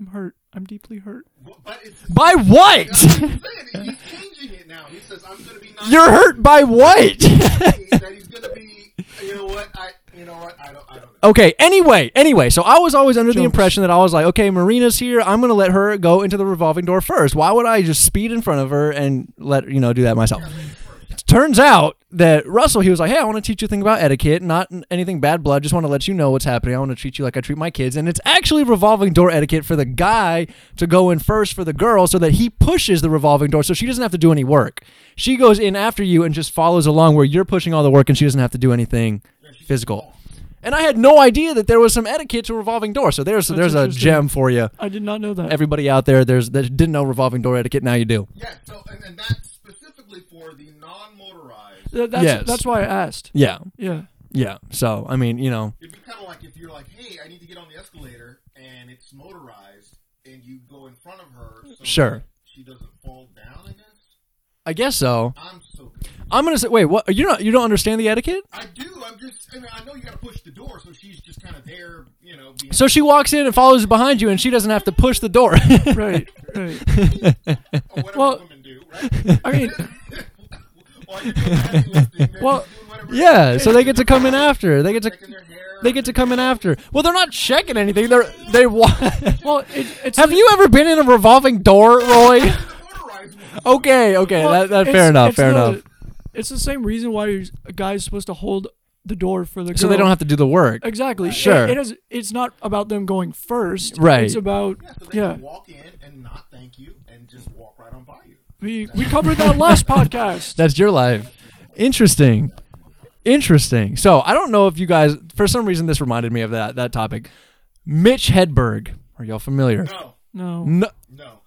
[SPEAKER 3] I'm hurt. I'm deeply hurt.
[SPEAKER 2] But it's
[SPEAKER 1] By what?
[SPEAKER 2] he's changing it now. He says I'm gonna be nice.
[SPEAKER 1] You're hurt by what?
[SPEAKER 2] that he's gonna be. You know what? I. You know what? I don't. I don't know.
[SPEAKER 1] okay. Anyway, anyway. So I was always under the
[SPEAKER 3] Jokes.
[SPEAKER 1] impression that I was like, okay, Marina's here. I'm gonna let her go into the revolving door first. Why would I just speed in front of her and let you know do that myself? Turns out that Russell, he was like, "Hey, I want to teach you a thing about etiquette, not anything bad blood. Just want to let you know what's happening. I want to treat you like I treat my kids." And it's actually revolving door etiquette for the guy to go in first for the girl, so that he pushes the revolving door, so she doesn't have to do any work. She goes in after you and just follows along where you're pushing all the work, and she doesn't have to do anything physical. And I had no idea that there was some etiquette to revolving door. So there's
[SPEAKER 3] That's
[SPEAKER 1] there's a
[SPEAKER 3] interesting.
[SPEAKER 1] gem for you,
[SPEAKER 3] I did not know that.
[SPEAKER 1] everybody out there. There's that didn't know revolving door etiquette. Now you do.
[SPEAKER 2] Yeah. So and, and that's specifically for the non-motorized.
[SPEAKER 3] Th- that's,
[SPEAKER 1] Yes.
[SPEAKER 3] that's why I asked.
[SPEAKER 1] Yeah,
[SPEAKER 3] Yeah.
[SPEAKER 1] yeah. So I mean, you know.
[SPEAKER 2] It'd be kind of like if you're like, hey, I need to get on the escalator and it's motorized, and you go in front of her. So
[SPEAKER 1] Sure.
[SPEAKER 2] She doesn't fall down. I guess.
[SPEAKER 1] I guess so.
[SPEAKER 2] I'm so. Confused.
[SPEAKER 1] I'm gonna say, wait, what? You don't you don't understand the etiquette?
[SPEAKER 2] I do. I'm just. I mean, I know you gotta push the door, so she's just kind of there. You know. Being,
[SPEAKER 1] So she walks in and follows behind you, and she doesn't have to push the door.
[SPEAKER 3] Right. Right.
[SPEAKER 2] or whatever
[SPEAKER 3] well-
[SPEAKER 2] women do, right?
[SPEAKER 3] I mean,
[SPEAKER 2] While you're doing that lifting, they're
[SPEAKER 3] Well,
[SPEAKER 2] just doing whatever-
[SPEAKER 1] yeah, so they get to come in after. They get to
[SPEAKER 2] checking their hair.
[SPEAKER 1] they get to come in after. Well, they're not checking anything. They're they wa-
[SPEAKER 3] well, it, it's
[SPEAKER 1] Have you ever been in a revolving door, Roy?
[SPEAKER 2] motorized ones.
[SPEAKER 1] Okay, okay,
[SPEAKER 3] Well,
[SPEAKER 1] that, that
[SPEAKER 3] it's-
[SPEAKER 1] fair enough,
[SPEAKER 3] it's
[SPEAKER 1] fair
[SPEAKER 3] the-
[SPEAKER 1] enough.
[SPEAKER 3] It's the same reason why you're- a guy's supposed to hold the door for the girl.
[SPEAKER 1] So they don't have to do the work.
[SPEAKER 3] exactly.
[SPEAKER 1] Sure.
[SPEAKER 3] It, it is. It's not about them going first.
[SPEAKER 1] Right.
[SPEAKER 3] It's about
[SPEAKER 2] Yeah, so they
[SPEAKER 3] yeah.
[SPEAKER 2] can walk in and not thank you and just walk right on by you.
[SPEAKER 3] We we covered that last podcast.
[SPEAKER 1] That's your life. Interesting. Interesting. So I don't know if you guys, for some reason, this reminded me of that that topic. Mitch Hedberg. Are y'all familiar?
[SPEAKER 2] No,
[SPEAKER 3] No.
[SPEAKER 1] No.
[SPEAKER 2] no.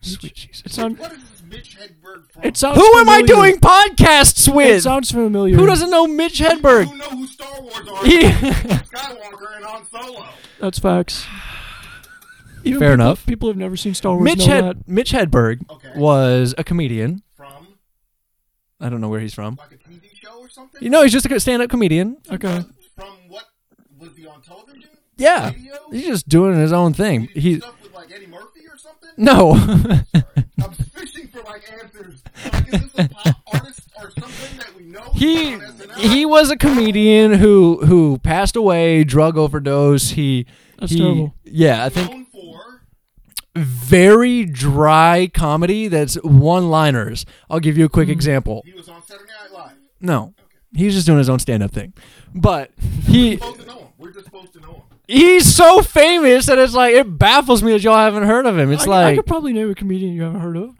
[SPEAKER 1] Sweet Jesus.
[SPEAKER 3] It sound-
[SPEAKER 2] What is this Mitch Hedberg from?
[SPEAKER 3] it sounds.
[SPEAKER 1] Who am I
[SPEAKER 3] familiar.
[SPEAKER 1] doing podcasts
[SPEAKER 3] It
[SPEAKER 1] with?
[SPEAKER 3] sounds familiar.
[SPEAKER 1] Who doesn't know Mitch Hedberg?
[SPEAKER 2] You know who Star Wars are?
[SPEAKER 1] He-
[SPEAKER 2] Skywalker and Han Solo.
[SPEAKER 3] That's facts. Even
[SPEAKER 1] Fair
[SPEAKER 3] people-
[SPEAKER 1] enough.
[SPEAKER 3] People have never seen Star Wars.
[SPEAKER 1] Mitch
[SPEAKER 3] know that.
[SPEAKER 1] Hed- Mitch Hedberg
[SPEAKER 2] Okay.
[SPEAKER 1] was a comedian.
[SPEAKER 2] From
[SPEAKER 1] I don't know where he's from.
[SPEAKER 2] like a TV show or something.
[SPEAKER 1] You know, he's just a stand-up comedian.
[SPEAKER 3] Okay.
[SPEAKER 2] From what was he on television?
[SPEAKER 1] Yeah,
[SPEAKER 2] Radio?
[SPEAKER 1] he's just doing his own thing.
[SPEAKER 2] Did he do
[SPEAKER 1] He
[SPEAKER 2] stuff with like Eddie Murphy or something.
[SPEAKER 1] no.
[SPEAKER 2] I'm fishing for like answers. Like, is this a pop artist or something that we know?
[SPEAKER 1] he
[SPEAKER 2] about SNL?
[SPEAKER 1] he was a comedian who who passed away drug overdose. He
[SPEAKER 3] That's
[SPEAKER 1] he-
[SPEAKER 3] terrible.
[SPEAKER 1] yeah, I think
[SPEAKER 2] known for.
[SPEAKER 1] very dry comedy that's one-liners. I'll give you a
[SPEAKER 3] Mm.
[SPEAKER 1] quick example.
[SPEAKER 2] He was on Saturday Night Live.
[SPEAKER 1] No. He's just doing his own stand-up thing. But he
[SPEAKER 2] Supposed to know him. We're just supposed to know him.
[SPEAKER 1] he's so famous that it's like it baffles me that y'all haven't heard of him. It's
[SPEAKER 3] I, I
[SPEAKER 1] like
[SPEAKER 3] could probably name a comedian you haven't heard of.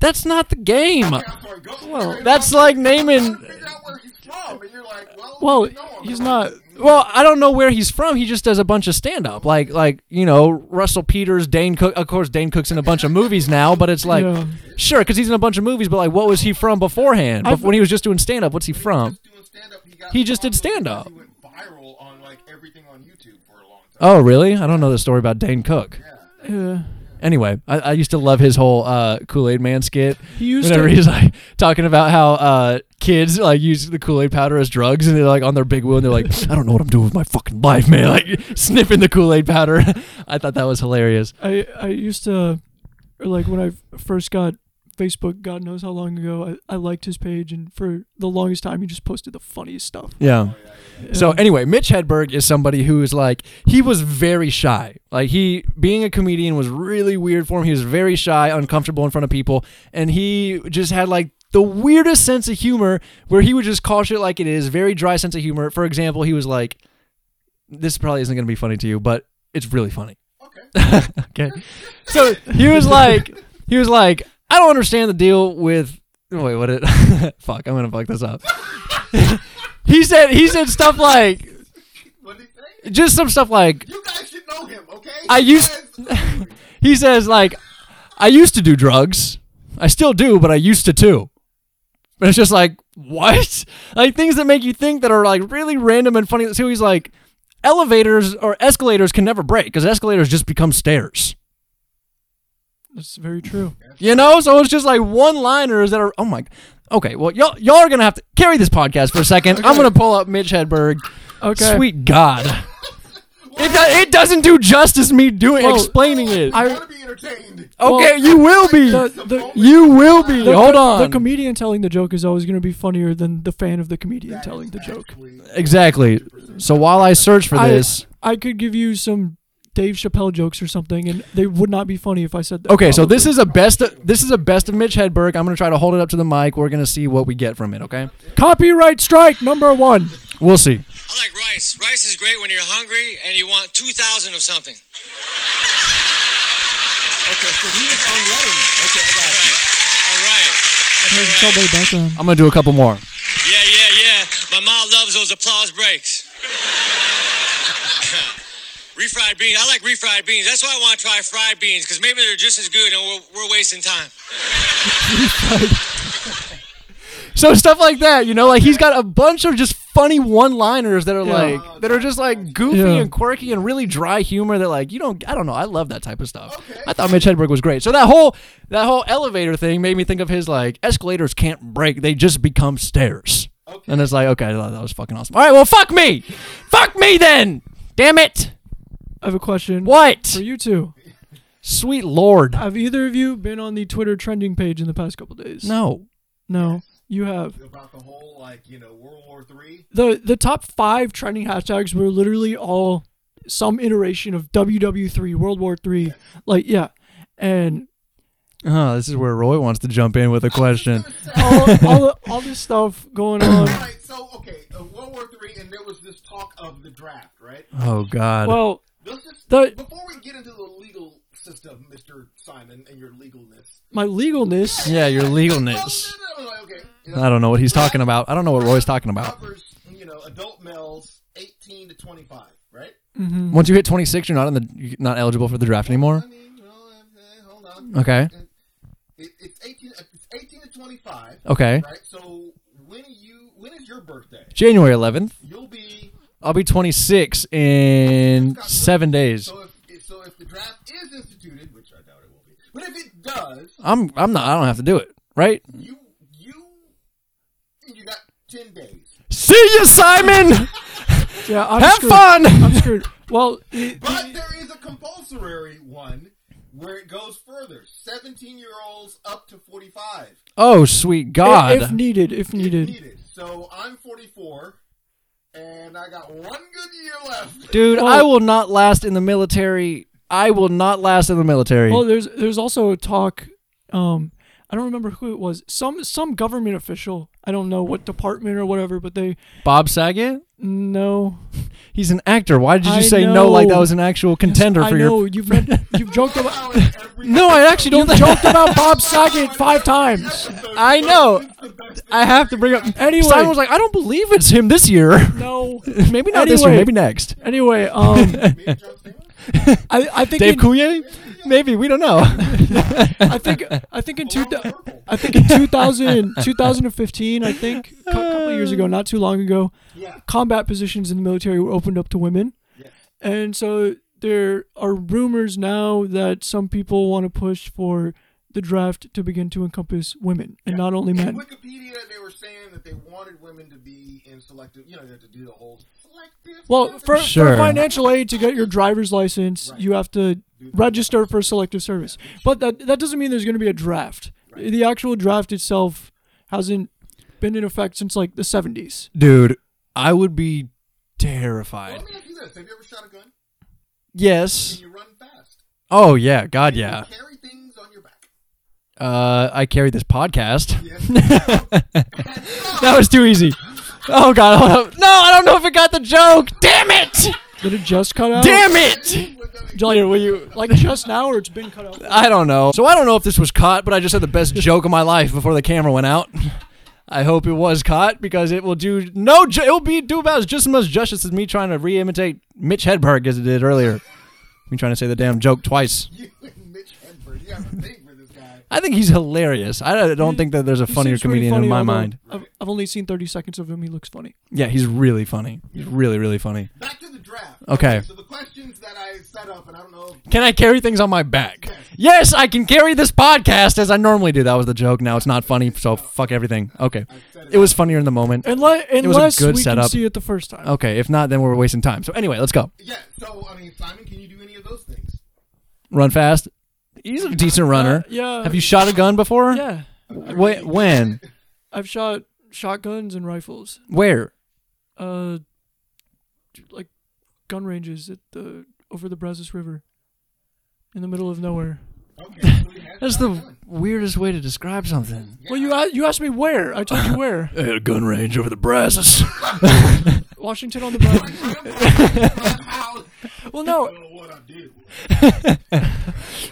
[SPEAKER 1] that's not the game.
[SPEAKER 2] Yeah, I'm sorry. Go.
[SPEAKER 3] Well,
[SPEAKER 2] I'm
[SPEAKER 1] That's
[SPEAKER 2] trying
[SPEAKER 1] like
[SPEAKER 2] to
[SPEAKER 1] naming
[SPEAKER 2] figure out where he's from, and you're like, well,
[SPEAKER 3] Well,
[SPEAKER 2] you know him.
[SPEAKER 3] he's not.
[SPEAKER 1] well, I don't know where he's from. He just does a bunch of stand up. Like like, you know, Russell Peters, Dane Cook. Of course Dane Cook's in a bunch of movies now, but it's like
[SPEAKER 3] Yeah.
[SPEAKER 1] sure cuz he's in a bunch of movies, but like what was he from beforehand? Bef-
[SPEAKER 3] I've-
[SPEAKER 1] when he was just doing stand up, what's he from?
[SPEAKER 2] Doing stand-up, he, got
[SPEAKER 1] He just did
[SPEAKER 2] popular
[SPEAKER 1] stand-up.
[SPEAKER 2] because He went viral on like everything on YouTube for a long time.
[SPEAKER 1] Oh, really? I don't know the story about Dane Cook.
[SPEAKER 3] Yeah.
[SPEAKER 1] Anyway, I, I used to love his whole uh, Kool Aid Man skit.
[SPEAKER 3] He used
[SPEAKER 1] whenever
[SPEAKER 3] to-
[SPEAKER 1] he's like talking about how uh, kids like use the Kool Aid powder as drugs, and they're like on their big wheel, and they're like, "I don't know what I'm doing with my fucking life, man!" Like sniffing the Kool Aid powder. I thought that was hilarious.
[SPEAKER 3] I I used to, or like when I first got Facebook, God knows how long ago, I, I liked his page, and for the longest time, he just posted the funniest stuff.
[SPEAKER 1] Yeah. So
[SPEAKER 3] Yeah.
[SPEAKER 1] anyway, Mitch Hedberg is somebody who is like he was very shy. Like he being a comedian was really weird for him. He was very shy, uncomfortable in front of people, and he just had like the weirdest sense of humor where he would just call shit like it is, very dry sense of humor. For example, he was like this probably isn't going to be funny to you, but it's really funny.
[SPEAKER 2] Okay.
[SPEAKER 1] Okay. So he was like, He was like, I don't understand the deal with. Wait, what? It? fuck, I'm gonna fuck this up. he said he said stuff like
[SPEAKER 2] What do you think?
[SPEAKER 1] just some stuff like
[SPEAKER 2] You guys should know him, okay?
[SPEAKER 1] I used.
[SPEAKER 2] Yes.
[SPEAKER 1] he says like, I used to do drugs. I still do, but I used to too. And it's just like what? Like things that make you think that are like really random and funny. So he's like, elevators or escalators can never break because escalators just become stairs.
[SPEAKER 3] That's very true.
[SPEAKER 1] You know, so it's just like one liners that are oh my. Okay, well y'all y'all are gonna have to carry this podcast for a second. I'm gonna pull up Mitch Hedberg.
[SPEAKER 3] Okay.
[SPEAKER 1] Sweet God. It, do- it doesn't do justice me doing
[SPEAKER 3] Whoa.
[SPEAKER 1] explaining it.
[SPEAKER 2] I
[SPEAKER 3] I-
[SPEAKER 2] want to be entertained.
[SPEAKER 1] okay, you will be.
[SPEAKER 3] The, the,
[SPEAKER 1] you will be.
[SPEAKER 3] the-
[SPEAKER 1] Hold
[SPEAKER 3] the-
[SPEAKER 1] on.
[SPEAKER 3] The comedian telling the joke is always going to be funnier than the fan of the comedian telling the joke.
[SPEAKER 1] exactly. So while I search for
[SPEAKER 3] I-
[SPEAKER 1] this,
[SPEAKER 3] I could give you some Dave Chappelle jokes or something, and they would not be funny if I said that.
[SPEAKER 1] okay. So this is a best. Of, this is a best of Mitch Hedberg. I'm gonna try to hold it up to the mic. We're gonna see what we get from it. Okay.
[SPEAKER 3] copyright strike number one.
[SPEAKER 1] We'll see.
[SPEAKER 6] I like rice. Rice is great when you're hungry and you want 2,000 of something.
[SPEAKER 2] Okay, so he was on Letterman. Okay, I got you.
[SPEAKER 6] All right.
[SPEAKER 1] I'm gonna do a couple more.
[SPEAKER 6] Yeah, yeah, yeah. My mom loves those applause breaks. refried beans. I like refried beans. That's why I want to try fried beans because maybe they're just as good and we're, we're wasting time.
[SPEAKER 1] So stuff like that, you know, like he's got a bunch of just funny one-liners that are like that are just like goofy
[SPEAKER 3] Yeah.
[SPEAKER 1] and quirky and really dry humor that like you don't I don't know, I love that type of stuff. I thought Mitch Hedberg was great. So that whole that whole elevator thing made me think of his like escalators can't break, they just become stairs. And it's like, okay, I thought that was fucking awesome. All right, well, fuck me. fuck me then. Damn it.
[SPEAKER 3] I have a question.
[SPEAKER 1] What?
[SPEAKER 3] For you two,
[SPEAKER 1] Sweet lord.
[SPEAKER 3] have either of you been on the Twitter trending page in the past couple days?
[SPEAKER 1] No.
[SPEAKER 3] no, you have.
[SPEAKER 2] About the whole, like, you know, World War Three.
[SPEAKER 3] the The top five trending hashtags were literally all some iteration of WW3, World War Three. Like, yeah, and
[SPEAKER 1] Oh, this is where Roy wants to jump in with a question.
[SPEAKER 3] all all, all this stuff going
[SPEAKER 2] All
[SPEAKER 3] on.
[SPEAKER 2] right, so, okay, uh, World War Three, and there was this talk of the draft, right?
[SPEAKER 1] Oh god.
[SPEAKER 3] Well,
[SPEAKER 2] Let's just,
[SPEAKER 3] The-
[SPEAKER 2] before we get into the legal system, Mr. Simon, and your legalness.
[SPEAKER 3] my legalness.
[SPEAKER 1] yeah, your legalness.
[SPEAKER 2] Oh, no, no, no, okay, you know,
[SPEAKER 1] I don't know what he's talking about. I don't know what Roy's talking about.
[SPEAKER 2] covers, you know, adult males 18 to 25, right?
[SPEAKER 3] Mm-hmm.
[SPEAKER 1] Once you hit 26, you're not in the you're not eligible for the draft anymore.
[SPEAKER 2] I mean, well, eh, hold on.
[SPEAKER 1] Okay.
[SPEAKER 2] It, it's 18. It's 18 to 25.
[SPEAKER 1] Okay.
[SPEAKER 2] Right. So when are you? When is your birthday?
[SPEAKER 1] January 11th.
[SPEAKER 2] You'll be.
[SPEAKER 1] I'll be 26 in 7 days.
[SPEAKER 2] So if so, if the draft is instituted, which I doubt it will be, but if it does,
[SPEAKER 1] I'm I'm not I don't have to do it, right?
[SPEAKER 2] you you you got 10 days.
[SPEAKER 1] See you, Simon.
[SPEAKER 3] Yeah, I'm
[SPEAKER 1] Have
[SPEAKER 3] screwed.
[SPEAKER 1] fun!
[SPEAKER 3] I'm screwed. Well, the-
[SPEAKER 2] But there is a compulsory one where it goes further. 17 year olds up to 45
[SPEAKER 1] Oh, sweet
[SPEAKER 3] if, if
[SPEAKER 1] god.
[SPEAKER 3] needed, if needed.
[SPEAKER 2] needed. So I'm 44, and I got one good year left.
[SPEAKER 1] Dude, I will not last in the military. I will not last in the military.
[SPEAKER 3] Well, there's there's also talk. Um, I don't remember who it was. Some some government official. I don't know what department or whatever, but they
[SPEAKER 1] Bob Saget?
[SPEAKER 3] no.
[SPEAKER 1] He's an actor. Why did you
[SPEAKER 3] I
[SPEAKER 1] say no like that
[SPEAKER 3] know.
[SPEAKER 1] was an actual contender
[SPEAKER 3] I
[SPEAKER 1] for
[SPEAKER 3] know
[SPEAKER 1] your
[SPEAKER 3] you've meant, you've joked
[SPEAKER 2] Now
[SPEAKER 3] about
[SPEAKER 2] in every
[SPEAKER 1] No, I actually don't
[SPEAKER 3] joked about Bob Saget five times.
[SPEAKER 2] episode,
[SPEAKER 1] I know.
[SPEAKER 2] it's the best
[SPEAKER 1] I have to bring up.
[SPEAKER 3] Anyway.
[SPEAKER 1] Simon was like, I don't believe it's him this year.
[SPEAKER 3] No.
[SPEAKER 1] maybe not this year.
[SPEAKER 3] Anyway.
[SPEAKER 1] Maybe next.
[SPEAKER 3] Anyway, um, I, I think
[SPEAKER 1] Dave
[SPEAKER 3] in,
[SPEAKER 1] Coulier? Maybe we don't know.
[SPEAKER 3] I think I think in two thou- I think in 2000, 2015, I think a couple of years ago, not too long ago, combat positions in the military were opened up to women, and so there are rumors now that some people want to push for the draft to begin to encompass women and not only
[SPEAKER 2] In
[SPEAKER 3] men.
[SPEAKER 2] Wikipedia, they were saying that they wanted women to be in selective. You know, they have to do the whole selective.
[SPEAKER 3] Well, for,
[SPEAKER 1] Sure.
[SPEAKER 3] for financial aid to get your driver's license, you have to register for selective service. But that that doesn't mean there's going to be a draft. The actual draft itself hasn't been in effect since like the 70s.
[SPEAKER 1] Dude, I would be terrified.
[SPEAKER 2] Let me ask you this: Have you ever shot a gun? Can
[SPEAKER 1] Yes.
[SPEAKER 2] you run fast?
[SPEAKER 1] Oh yeah, God
[SPEAKER 2] Can you
[SPEAKER 1] yeah.
[SPEAKER 2] Carry things on your back.
[SPEAKER 1] Uh, I carry this podcast.
[SPEAKER 2] Yes.
[SPEAKER 1] That was too easy. Oh God, hold up. no, I don't know if it got the joke. Damn it!
[SPEAKER 3] Did it just cut out?
[SPEAKER 1] Damn it!
[SPEAKER 2] With the
[SPEAKER 3] Like, were you like just now, or it's been cut out?
[SPEAKER 1] I don't know. So I don't know if this was caught, but I just had the best joke of my life before the camera went out. I hope it was caught because it will do no. Ju- it will be do about as just as much justice as me trying to re-imitate Mitch Hedberg as it did earlier. Me trying to say the damn joke twice.
[SPEAKER 2] You and Mitch Hedberg, you have a thing for this guy.
[SPEAKER 1] I think he's hilarious. I don't think that there's a
[SPEAKER 3] He
[SPEAKER 1] funnier
[SPEAKER 3] seems pretty
[SPEAKER 1] comedian
[SPEAKER 3] funny,
[SPEAKER 1] in my
[SPEAKER 3] although
[SPEAKER 1] mind.
[SPEAKER 3] I've, I've only seen 30 seconds of him. He looks funny.
[SPEAKER 1] Yeah, he's really funny. He's really, really funny.
[SPEAKER 2] Back to the draft.
[SPEAKER 1] Okay.
[SPEAKER 2] So the questions that I set up, and I don't know.
[SPEAKER 1] Can I carry things on my back? Yes, I can carry this podcast as I normally do. That was the joke. Now it's not funny, so fuck everything. Okay. It was funnier in the moment.
[SPEAKER 3] Unless,
[SPEAKER 1] It was a
[SPEAKER 3] unless
[SPEAKER 1] good
[SPEAKER 3] we
[SPEAKER 1] setup. Oh,
[SPEAKER 3] can see it the first time.
[SPEAKER 1] Okay, if not, then we're wasting time. So anyway, let's go.
[SPEAKER 2] Yeah. So I mean, Simon, can you do any of those things?
[SPEAKER 1] Run fast. He's a decent runner.
[SPEAKER 3] yeah.
[SPEAKER 1] Have you shot a gun before?
[SPEAKER 3] Yeah,
[SPEAKER 1] Wh- when?
[SPEAKER 3] I've shot shotguns and rifles.
[SPEAKER 1] Where?
[SPEAKER 3] Uh, like gun ranges at the over the Brazos River, in the middle of nowhere.
[SPEAKER 1] That's the weirdest way to describe something.
[SPEAKER 3] Well, you a- you asked me where. I told you where.
[SPEAKER 1] At a gun range over the Brazos.
[SPEAKER 3] Washington on the Brazos.
[SPEAKER 2] How?
[SPEAKER 3] well, no,
[SPEAKER 2] Well, what I do?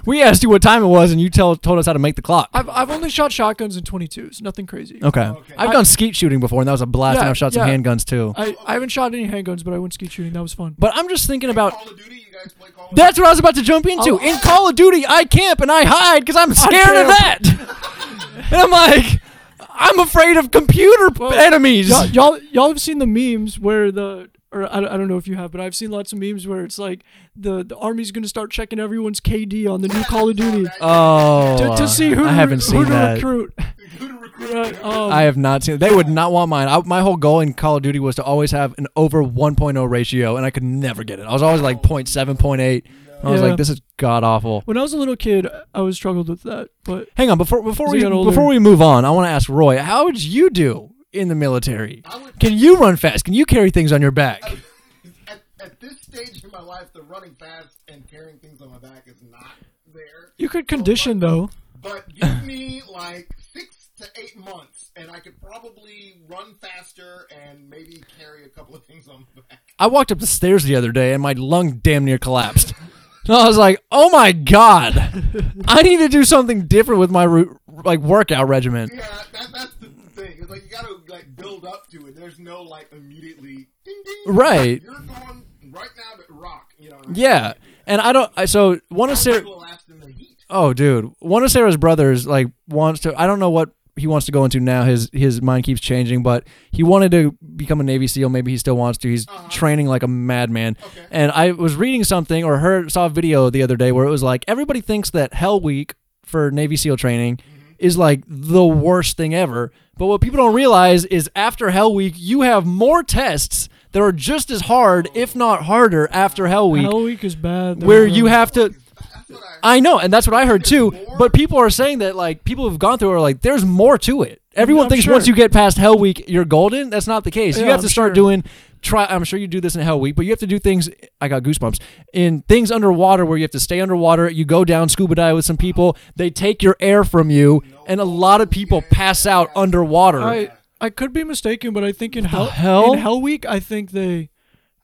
[SPEAKER 1] we asked you what time it was, and you tell, told us how to make the clock.
[SPEAKER 3] I've I've only shot shotguns and 22s. Nothing crazy.
[SPEAKER 1] Okay. I've done skeet shooting before, and that was a blast, and
[SPEAKER 3] Yeah,
[SPEAKER 1] I've shot some
[SPEAKER 3] yeah.
[SPEAKER 1] handguns too.
[SPEAKER 3] I, I haven't shot any handguns, but I went skeet shooting. That was fun.
[SPEAKER 1] but I'm just thinking about.
[SPEAKER 2] Call of Duty. You guys play Call of Duty.
[SPEAKER 1] That's what I was about to jump into.
[SPEAKER 3] Oh.
[SPEAKER 1] In Call of Duty, I camp and I hide because I'm scared of that.
[SPEAKER 3] camp.
[SPEAKER 1] and I'm like, I'm afraid of computer p- enemies.
[SPEAKER 3] y'all, y'all y'all have seen the memes where the or I, don't- I don't know if you have, but I've seen lots of memes where it's like the the army's gonna start checking everyone's KD on the new Call of Duty
[SPEAKER 1] oh,
[SPEAKER 3] to, to see who
[SPEAKER 1] I
[SPEAKER 3] to-
[SPEAKER 1] haven't
[SPEAKER 3] who
[SPEAKER 1] seen
[SPEAKER 3] to
[SPEAKER 1] that.
[SPEAKER 3] recruit.
[SPEAKER 2] Who to recruit?
[SPEAKER 3] Right, um,
[SPEAKER 1] I have not seen. They would not want mine. I, my whole goal in Call of Duty was to always have an over 1.0 ratio, and I could never get it. I was always like 0.7, 0.8. I was
[SPEAKER 3] Oh. Yeah.
[SPEAKER 1] like, this is god awful.
[SPEAKER 3] when I was a little kid, I was struggled with that, but
[SPEAKER 1] Hang on, before before
[SPEAKER 3] As
[SPEAKER 1] we
[SPEAKER 3] you got older.
[SPEAKER 1] before we move on, I want to ask Roy, how would you do in the military? Can you run fast? Can you carry things on your back?
[SPEAKER 2] At, at this stage in my life, the running fast and carrying things on my back is not there.
[SPEAKER 3] you could condition though.
[SPEAKER 2] But give me like six to eight months, and I could probably run faster and maybe carry a couple of things on my back.
[SPEAKER 1] I walked up the stairs the other day and my lung damn near collapsed. And I was like, "Oh my god, I need to do something different with my ru- like workout regimen."
[SPEAKER 2] Yeah, that, that's the thing. It's like you gotta like build up to it. There's no like immediately ding ding.
[SPEAKER 1] Right.
[SPEAKER 2] You're going right now to rock. You know.
[SPEAKER 1] Yeah, and I don't. I, so one of Sarah,
[SPEAKER 2] People last in the heat.
[SPEAKER 1] oh dude, one of Sarah's brothers like wants to. I don't know what he wants to go into now. His his mind keeps changing, but he wanted to become a Navy SEAL. Maybe he still wants to. He's training like a madman. And I was reading something or heard saw a video the other day where it was like everybody thinks that Hell Week for Navy SEAL training is like the worst thing ever. But what people don't realize is after Hell Week, you have more tests that are just as hard, if not harder, after Hell Week
[SPEAKER 3] Hell week is bad. though.
[SPEAKER 1] where you have to. I know, and that's what I heard too. But people are saying that like people who've gone through it are like, there's more to it. Everyone
[SPEAKER 3] I'm
[SPEAKER 1] thinks
[SPEAKER 3] sure.
[SPEAKER 1] once you get past Hell Week, you're golden. That's not the case. you
[SPEAKER 3] Yeah,
[SPEAKER 1] have to
[SPEAKER 3] I'm
[SPEAKER 1] start
[SPEAKER 3] sure.
[SPEAKER 1] doing. Try. I'm sure you do this in Hell Week, but you have to do things. I got goosebumps in things underwater where you have to stay underwater. You go down scuba dive with some people. They take your air from you, and a lot of people pass out underwater.
[SPEAKER 3] I I could be mistaken, but I think in hell,
[SPEAKER 1] hell?
[SPEAKER 3] in hell week, I think they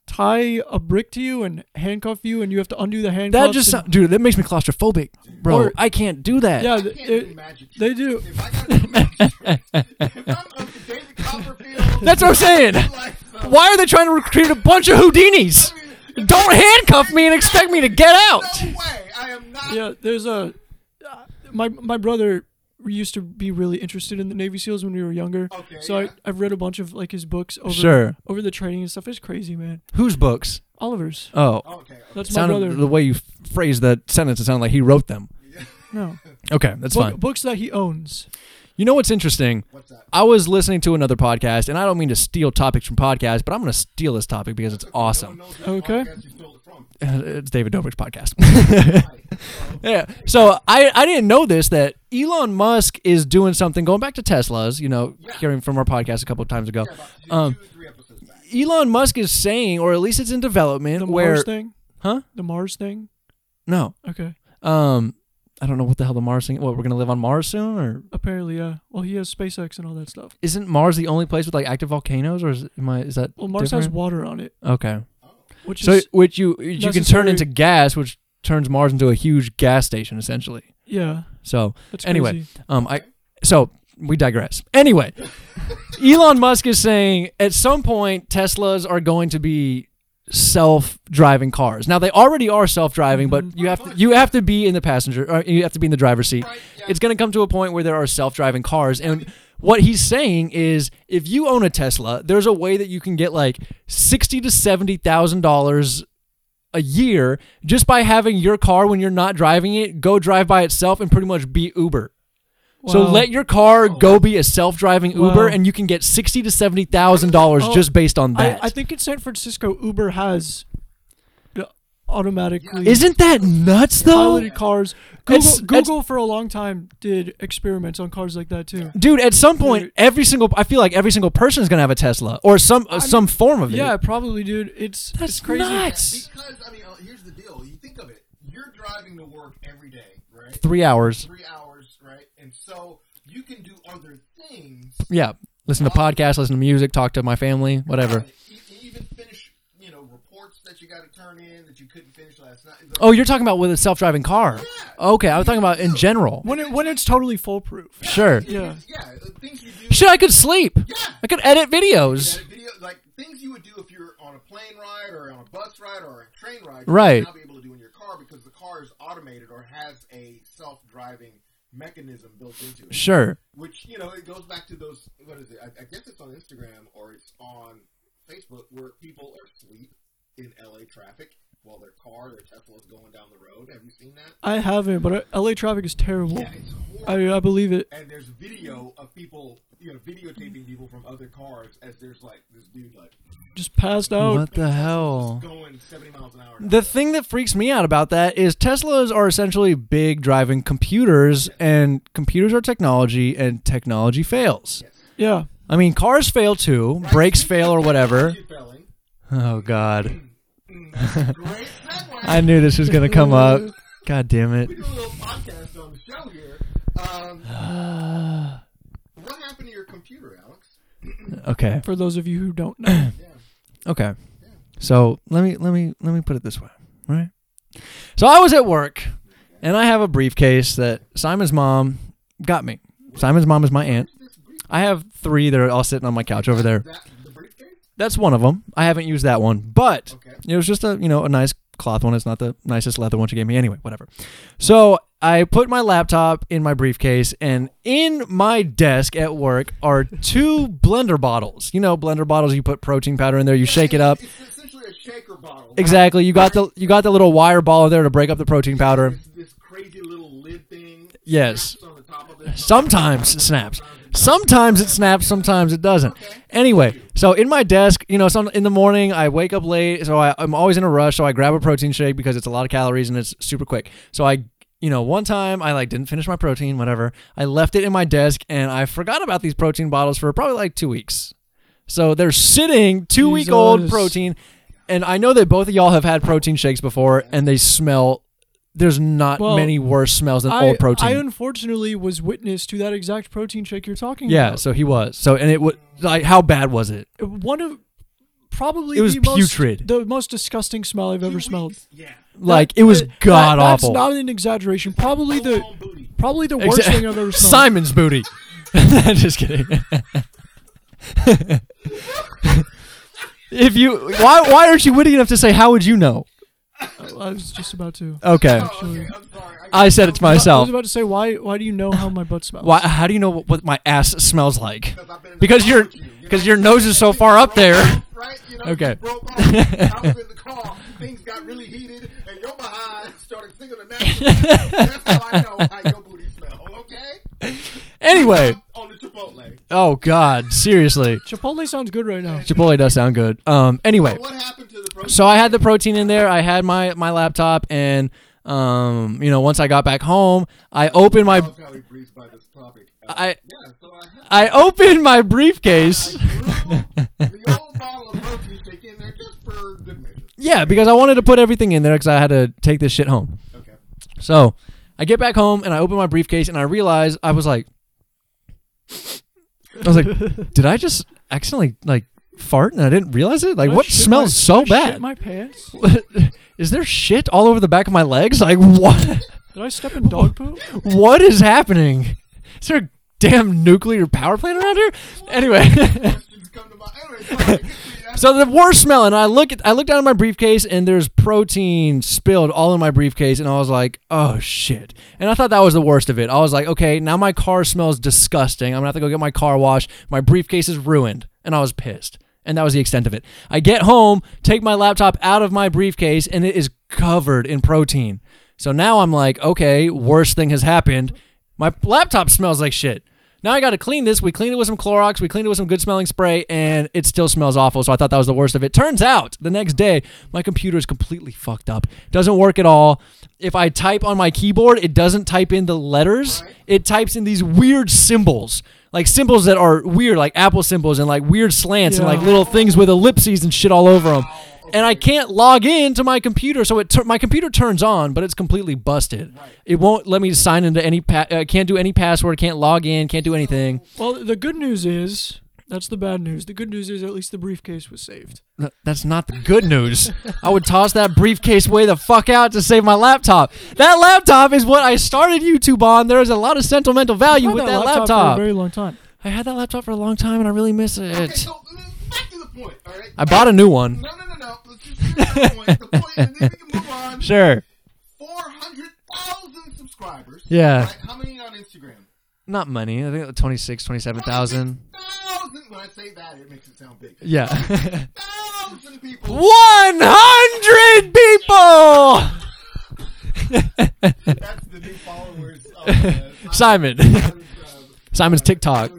[SPEAKER 3] tie a brick to you and handcuff you, and you have to undo the handcuffs.
[SPEAKER 1] that just,
[SPEAKER 3] and-
[SPEAKER 1] sound, dude, that makes me claustrophobic, bro.
[SPEAKER 3] Or-
[SPEAKER 1] I can't do that.
[SPEAKER 3] yeah,
[SPEAKER 2] I
[SPEAKER 3] th-
[SPEAKER 2] can't do
[SPEAKER 3] it-
[SPEAKER 2] magic.
[SPEAKER 3] they do.
[SPEAKER 2] If I got to magic tricks, if I'm up to David Copperfield,
[SPEAKER 1] That's what I'm saying.
[SPEAKER 2] like, uh,
[SPEAKER 1] Why are they trying to recruit a bunch of Houdinis? Don't handcuff me and expect me to get out.
[SPEAKER 2] No way. I am not.
[SPEAKER 3] Yeah, there's a uh, my my brother used to be really interested in the Navy SEALs when we were younger.
[SPEAKER 2] Okay,
[SPEAKER 3] so
[SPEAKER 2] yeah.
[SPEAKER 3] I I've read a bunch of like his books over
[SPEAKER 1] Sure.
[SPEAKER 3] over the training and stuff. It's crazy, man.
[SPEAKER 1] Whose books?
[SPEAKER 3] Oliver's.
[SPEAKER 1] Oh,
[SPEAKER 2] Okay.
[SPEAKER 3] That's my brother.
[SPEAKER 1] sounded the way you phrased that sentence. It sounded like he wrote them.
[SPEAKER 3] no.
[SPEAKER 1] Okay, that's
[SPEAKER 3] Book-
[SPEAKER 1] fine.
[SPEAKER 3] books that he owns.
[SPEAKER 1] You know what's interesting? What's
[SPEAKER 2] that?
[SPEAKER 1] I was listening to another podcast, and I don't mean to steal topics from podcasts, but I'm going to steal this topic because it's awesome.
[SPEAKER 3] Okay.
[SPEAKER 2] That's you stole it from.
[SPEAKER 1] it's David Dobrik's podcast. yeah. So I, I didn't know this that Elon Musk is doing something going back to Tesla's, you know, hearing from our podcast a couple of times ago. um, Elon Musk is saying, or at least it's in development,
[SPEAKER 3] The
[SPEAKER 1] where
[SPEAKER 3] Mars thing.
[SPEAKER 1] Huh?
[SPEAKER 3] The Mars thing.
[SPEAKER 1] no,
[SPEAKER 3] Okay.
[SPEAKER 1] um, I don't know what the hell the Mars thing. What we're gonna live on Mars soon, or
[SPEAKER 3] Apparently, yeah. Well, he has SpaceX and all that stuff.
[SPEAKER 1] isn't Mars the only place with like active volcanoes, or is am I, is that
[SPEAKER 3] Well, Mars has
[SPEAKER 1] different?
[SPEAKER 3] water on it,
[SPEAKER 1] okay?
[SPEAKER 3] which
[SPEAKER 1] So
[SPEAKER 3] is
[SPEAKER 1] which you you can turn
[SPEAKER 3] necessary-
[SPEAKER 1] into gas, which turns Mars into a huge gas station essentially.
[SPEAKER 3] Yeah.
[SPEAKER 1] So
[SPEAKER 3] That's
[SPEAKER 1] anyway,
[SPEAKER 3] crazy.
[SPEAKER 1] um, I so we digress. Anyway, Elon Musk is saying at some point Teslas are going to be self-driving cars. Now they already are self-driving, but you have to you have to be in the passenger or you have to be in the driver's seat. It's going to come to a point where there are self-driving cars and what he's saying is if you own a Tesla, there's a way that you can get like 60 to 70,000 dollars a year just by having your car when you're not driving it go drive by itself and pretty much be Uber. So
[SPEAKER 3] Wow.
[SPEAKER 1] let your car go be a self-driving Uber,
[SPEAKER 3] Oh. Wow.
[SPEAKER 1] and you can get sixty to seventy thousand dollars
[SPEAKER 3] Oh,
[SPEAKER 1] just based on
[SPEAKER 3] I,
[SPEAKER 1] that.
[SPEAKER 3] I think in San Francisco, Uber has the automatically
[SPEAKER 1] Isn't that nuts though?
[SPEAKER 3] piloted cars. Google,
[SPEAKER 1] It's- it's-
[SPEAKER 3] Google for a long time did experiments on cars like that too.
[SPEAKER 1] Dude, at some point, every single I feel like every single person is gonna have a Tesla or some uh, some form of it.
[SPEAKER 3] Yeah, probably, dude. It's
[SPEAKER 1] that's
[SPEAKER 3] it's crazy.
[SPEAKER 1] nuts.
[SPEAKER 2] Because I mean, uh, here's the deal. You think of it. You're driving to work every day, right?
[SPEAKER 1] Three hours.
[SPEAKER 2] Three hours, right? And so you can do other things,
[SPEAKER 1] Yeah, listen to podcasts, listen to music, talk to my family, whatever.
[SPEAKER 2] e- even finish, you know, reports that you got to turn in that you couldn't finish last night.
[SPEAKER 1] Oh, you're talking about with a self-driving car? Okay, I was talking about in general.
[SPEAKER 3] When it when it's totally foolproof.
[SPEAKER 1] Sure.
[SPEAKER 3] Yeah.
[SPEAKER 2] yeah, uh, things you do.
[SPEAKER 1] Shit, I could sleep. I could edit videos.
[SPEAKER 2] that video, like things you would do if you're on a plane ride or on a bus ride or a train ride.
[SPEAKER 1] Right.
[SPEAKER 2] You would not be able to do in your car because the car is automated or has a self-driving mechanism built into it.
[SPEAKER 1] Sure.
[SPEAKER 2] Which you know, it goes back to those. What is it? I, I guess it's on Instagram or it's on Facebook where people are asleep in LA traffic while their car, their Tesla is going down the road. Have you seen that?
[SPEAKER 3] I haven't, but uh, LA traffic is terrible.
[SPEAKER 2] Yeah, it's horrible.
[SPEAKER 3] I I believe it.
[SPEAKER 2] and there's video of people, you know, videotaping people from other cars as there's like this dude like
[SPEAKER 3] Just passed out.
[SPEAKER 1] What the hell?
[SPEAKER 2] going 70 miles an hour.
[SPEAKER 1] The thing that freaks me out about that is Teslas are essentially big driving computers, and computers are technology, and technology fails.
[SPEAKER 3] Yeah.
[SPEAKER 1] I mean, cars fail too, brakes fail or whatever.
[SPEAKER 2] Keep failing.
[SPEAKER 1] Oh, God.
[SPEAKER 2] Great segue.
[SPEAKER 1] I knew this was going to come up. God damn it.
[SPEAKER 2] We do a little podcast on the show here. Um, what happened to your computer, Alex?
[SPEAKER 1] Okay.
[SPEAKER 3] For those of you who don't know,
[SPEAKER 1] Okay. So let me let me let me put it this way, right? So I was at work, and I have a briefcase that Simon's mom got me. Simon's mom is my aunt. I have three that are all sitting on my couch over there.
[SPEAKER 2] That the briefcase?
[SPEAKER 1] That's one of them. I haven't used that one, but it was just a you know a nice cloth one. It's not the nicest leather one she gave me anyway. Whatever. So I put my laptop in my briefcase, and in my desk at work are two blender bottles. You know, blender bottles. You put protein powder in there. You shake it up.
[SPEAKER 2] It's essentially a shaker bottle.
[SPEAKER 1] Exactly. You got the you got the little wire ball there to break up the protein powder.
[SPEAKER 2] It's this crazy little lid thing.
[SPEAKER 1] Yes.
[SPEAKER 2] It's on the top of it.
[SPEAKER 1] Sometimes it snaps. Sometimes it snaps. Sometimes it doesn't. Anyway, so in my desk, you know, some in the morning I wake up late, so I, I'm always in a rush. So I grab a protein shake because it's a lot of calories and it's super quick. So I, you know, one time I like didn't finish my protein, whatever. I left it in my desk and I forgot about these protein bottles for probably like two weeks. So they're sitting two week old
[SPEAKER 3] Jesus.
[SPEAKER 1] protein, and I know that both of y'all have had protein shakes before, and they smell. There's not
[SPEAKER 3] Well,
[SPEAKER 1] many worse smells than
[SPEAKER 3] I,
[SPEAKER 1] old protein.
[SPEAKER 3] I unfortunately was witness to that exact protein shake you're talking
[SPEAKER 1] Yeah,
[SPEAKER 3] about.
[SPEAKER 1] so he was. So and it was like how bad was it?
[SPEAKER 3] one of probably
[SPEAKER 1] It was
[SPEAKER 3] the most-
[SPEAKER 1] putrid.
[SPEAKER 3] the most disgusting smell I've ever smelled.
[SPEAKER 1] Like it was
[SPEAKER 3] That- that-
[SPEAKER 1] god awful.
[SPEAKER 3] That's not an exaggeration. Probably the probably the worst
[SPEAKER 1] Exa-
[SPEAKER 3] thing I've ever smelled.
[SPEAKER 1] Simon's booty. Just kidding. if you why why aren't you witty enough to say how would you know?
[SPEAKER 3] I was just about to.
[SPEAKER 1] Okay.
[SPEAKER 3] actually-
[SPEAKER 1] I said it to
[SPEAKER 3] I was
[SPEAKER 1] Uh, myself.
[SPEAKER 3] about to say why why do you know how my butt smells?
[SPEAKER 1] Why how do you know what, what my ass smells like? Because your because your nose is so far up there.
[SPEAKER 2] Right? You know,
[SPEAKER 1] Okay.
[SPEAKER 2] you broke off. I was in the car. Things got really heated, and your behind started singing the national. anthem. That's how I know how your booty smell. Okay.
[SPEAKER 1] Anyway,
[SPEAKER 2] On the Chipotle.
[SPEAKER 1] oh god, seriously.
[SPEAKER 3] Chipotle sounds good right now.
[SPEAKER 1] Chipotle does sound good. Um anyway,
[SPEAKER 2] What happened to the protein?
[SPEAKER 1] so I had the protein in there. I had my my laptop, and um, you know, once I got back home, I opened my
[SPEAKER 2] That's how he breezed by this topic. Uh,
[SPEAKER 1] I
[SPEAKER 2] yeah, so I had
[SPEAKER 1] I opened my briefcase.
[SPEAKER 2] the old bottle of protein shake in there just for good measure.
[SPEAKER 1] Yeah, because I wanted to put everything in there because I had to take this shit home.
[SPEAKER 2] Okay.
[SPEAKER 1] So I get back home and I open my briefcase and I realize I was like, I was like, did I just accidentally like fart and I didn't realize it? Like,
[SPEAKER 3] I
[SPEAKER 1] what
[SPEAKER 3] shit
[SPEAKER 1] smells
[SPEAKER 3] my,
[SPEAKER 1] so
[SPEAKER 3] I
[SPEAKER 1] bad?
[SPEAKER 3] Shit my pants.
[SPEAKER 1] is there shit all over the back of my legs? Like what?
[SPEAKER 3] Did I step in dog poop?
[SPEAKER 1] What is happening? Is there a damn nuclear power plant around here? Anyway,
[SPEAKER 2] Questions come to mind. Anyway, sorry, get to the-
[SPEAKER 1] so the worst smelling. I look at I looked down at my briefcase and there's protein spilled all in my briefcase and I was like, oh shit. And I thought that was the worst of it. I was like, okay, now my car smells disgusting. I'm gonna have to go get my car washed. My briefcase is ruined, and I was pissed. And that was the extent of it. I get home, take my laptop out of my briefcase, and it is covered in protein. So now I'm like, okay, worst thing has happened. My laptop smells like shit. Now I got to clean this. We cleaned it with some Clorox. We cleaned it with some good smelling spray, and it still smells awful. So I thought that was the worst of it. Turns out the next day, my computer is completely fucked up. Doesn't work at all. If I type on my keyboard, it doesn't type in the letters. It types in these weird symbols, like symbols that are weird, like Apple symbols and like weird slants and
[SPEAKER 3] Yeah.
[SPEAKER 1] like little things with ellipses and shit all over them. And I can't log in to my computer, so it tur- my computer turns on, but it's completely busted. It won't let me sign into any. Pa- uh, can't do any password. Can't log in. Can't do anything.
[SPEAKER 3] Well, the good news is that's the bad news. The good news is at least the briefcase was saved.
[SPEAKER 1] Th- That's not the good news. I would toss that briefcase way the fuck out to save my laptop. That laptop is what I started YouTube on. There is a lot of sentimental value
[SPEAKER 3] Had
[SPEAKER 1] with that,
[SPEAKER 3] laptop,
[SPEAKER 1] laptop.
[SPEAKER 3] for a very long time.
[SPEAKER 1] I had that laptop for a long time, and I really miss
[SPEAKER 2] Okay,
[SPEAKER 1] it.
[SPEAKER 2] so back to the point, all right?
[SPEAKER 1] I bought a new one.
[SPEAKER 2] No, no, no, no. Let's just get to the point. The point, and then we can move on.
[SPEAKER 1] Sure.
[SPEAKER 2] 400,000 subscribers.
[SPEAKER 1] Yeah.
[SPEAKER 2] Right? How many on Instagram?
[SPEAKER 1] Not money. I think like 26, 27,000.
[SPEAKER 2] 1,000. When I say that, it makes it sound big.
[SPEAKER 1] Yeah.
[SPEAKER 2] 1,000 people.
[SPEAKER 1] 100 people!
[SPEAKER 2] That's the new followers of uh,
[SPEAKER 1] Simon. Simon's TikTok.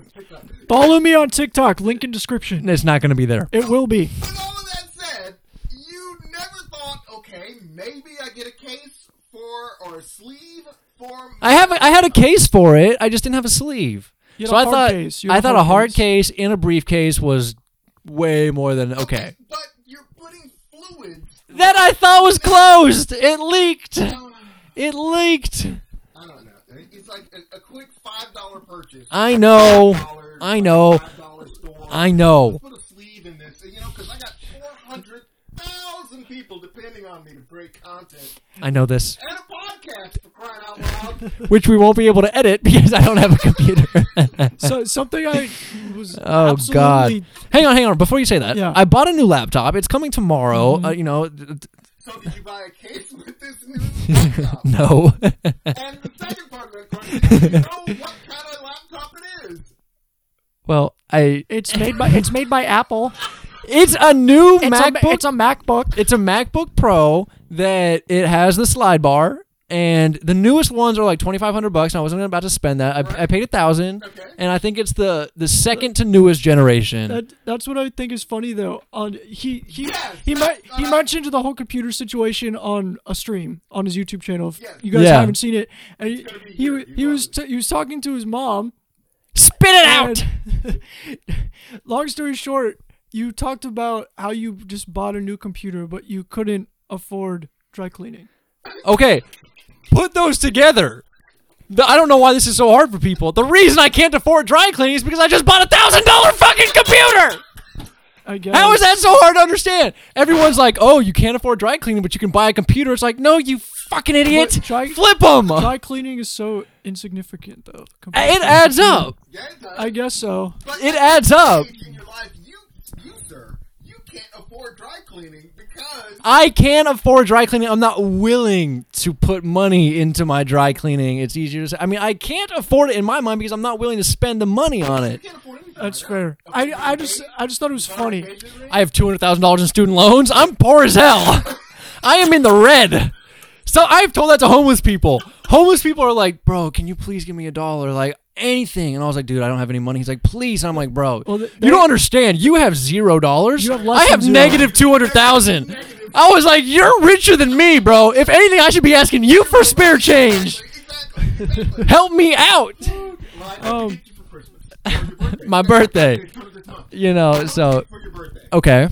[SPEAKER 3] Follow me on TikTok. Link in description.
[SPEAKER 1] It's not going to be there.
[SPEAKER 3] It will be.
[SPEAKER 2] With all of that said, you never thought, okay, maybe I get a case for or a sleeve for.
[SPEAKER 1] I have I had a case for it. I just didn't have a sleeve.
[SPEAKER 3] You had
[SPEAKER 1] So
[SPEAKER 3] a
[SPEAKER 1] I
[SPEAKER 3] hard
[SPEAKER 1] thought
[SPEAKER 3] case. You had
[SPEAKER 1] I
[SPEAKER 3] a
[SPEAKER 1] thought
[SPEAKER 3] hard
[SPEAKER 1] a hard
[SPEAKER 3] case.
[SPEAKER 1] case in a briefcase was way more than okay.
[SPEAKER 2] But you're putting fluids.
[SPEAKER 1] That I thought was closed. It leaked. It leaked.
[SPEAKER 2] I don't know. It's like a, a quick five dollar purchase.
[SPEAKER 1] I know.
[SPEAKER 2] $5,
[SPEAKER 1] I know.
[SPEAKER 2] $5 store.
[SPEAKER 1] I know.
[SPEAKER 2] Put a sleeve in this, you know, because I got four hundred thousand people depending on me to create content
[SPEAKER 1] I know this,
[SPEAKER 2] and a podcast for crying out loud.
[SPEAKER 1] which we won't be able to edit because I don't have a computer.
[SPEAKER 3] So something I was
[SPEAKER 1] Oh
[SPEAKER 3] absolutely
[SPEAKER 1] God! Hang on, hang on. Before you say that,
[SPEAKER 3] Yeah. Mm-hmm.
[SPEAKER 1] I bought a new laptop. It's coming tomorrow. Uh, you know, d- d-
[SPEAKER 2] so did you buy a case with this new laptop?
[SPEAKER 1] no.
[SPEAKER 2] and the second part of that question, is, do you know what kind of laptop it is?
[SPEAKER 1] well, I
[SPEAKER 3] It's made by it's made by Apple.
[SPEAKER 1] it's a new
[SPEAKER 3] It's a,
[SPEAKER 1] MacBook.
[SPEAKER 3] it's a MacBook.
[SPEAKER 1] it's a MacBook Pro that it has the slide bar, and the newest ones are like twenty five hundred bucks. And I wasn't about to spend that. I, I paid a thousand, and I think it's the the second to newest generation.
[SPEAKER 3] That, that's what I think is funny though. On he he he might he mentioned the whole computer situation on a stream on his YouTube channel. If you guys
[SPEAKER 1] Yeah.
[SPEAKER 3] haven't seen it, and he he, wa- he was t- he was talking to his mom.
[SPEAKER 1] Spit it out.
[SPEAKER 3] and- long story short, you talked about how you just bought a new computer, but you couldn't afford dry cleaning.
[SPEAKER 1] Okay, put those together. The- I don't know why this is so hard for people. The reason I can't afford dry cleaning is because I just bought a thousand dollar fucking computer.
[SPEAKER 3] I guess.
[SPEAKER 1] How is that so hard to understand? Everyone's like, "Oh, you can't afford dry cleaning, but you can buy a computer." It's like, no, you fucking idiot.
[SPEAKER 3] But dry-
[SPEAKER 1] Flip them.
[SPEAKER 3] Dry cleaning is so insignificant though. compared
[SPEAKER 1] it
[SPEAKER 3] to-
[SPEAKER 1] adds up.
[SPEAKER 2] Yeah, it does.
[SPEAKER 3] I guess so.
[SPEAKER 2] But
[SPEAKER 1] It
[SPEAKER 2] at
[SPEAKER 1] adds
[SPEAKER 2] this
[SPEAKER 1] up.
[SPEAKER 2] stage In your life, you, you sir, you can't afford dry cleaning because
[SPEAKER 1] I can't afford dry cleaning. I'm not willing to put money into my dry cleaning. It's easier to say. I mean, I can't afford it in my mind because I'm not willing to spend the money on it.
[SPEAKER 2] you can't afford anything.
[SPEAKER 3] That's
[SPEAKER 2] right
[SPEAKER 3] fair. I, I just I just thought it was
[SPEAKER 2] now.
[SPEAKER 3] funny.
[SPEAKER 2] Vacation rate?
[SPEAKER 1] I have two hundred thousand dollars in student loans. I'm poor as hell. I am in the red. So I've told that to homeless people. Homeless people are like, "Bro, can you please give me a dollar?" Like anything. And I was like, "Dude, I don't have any money." He's like, "Please." And I'm like, "Bro,
[SPEAKER 3] Well, th-
[SPEAKER 1] you don't understand. You have zero dollars.
[SPEAKER 3] You have less
[SPEAKER 1] I
[SPEAKER 3] than
[SPEAKER 1] have
[SPEAKER 3] zero."
[SPEAKER 1] negative two hundred thousand. I was like, "You're richer than me, bro. If anything, I should be asking you for spare change.
[SPEAKER 2] Exactly. Exactly.
[SPEAKER 1] Help me out."
[SPEAKER 2] well, I
[SPEAKER 3] Um,
[SPEAKER 2] um, get you for Christmas. Or your birthday.
[SPEAKER 1] My birthday.
[SPEAKER 2] Come this month.
[SPEAKER 1] You know. So
[SPEAKER 2] For your birthday.
[SPEAKER 1] okay,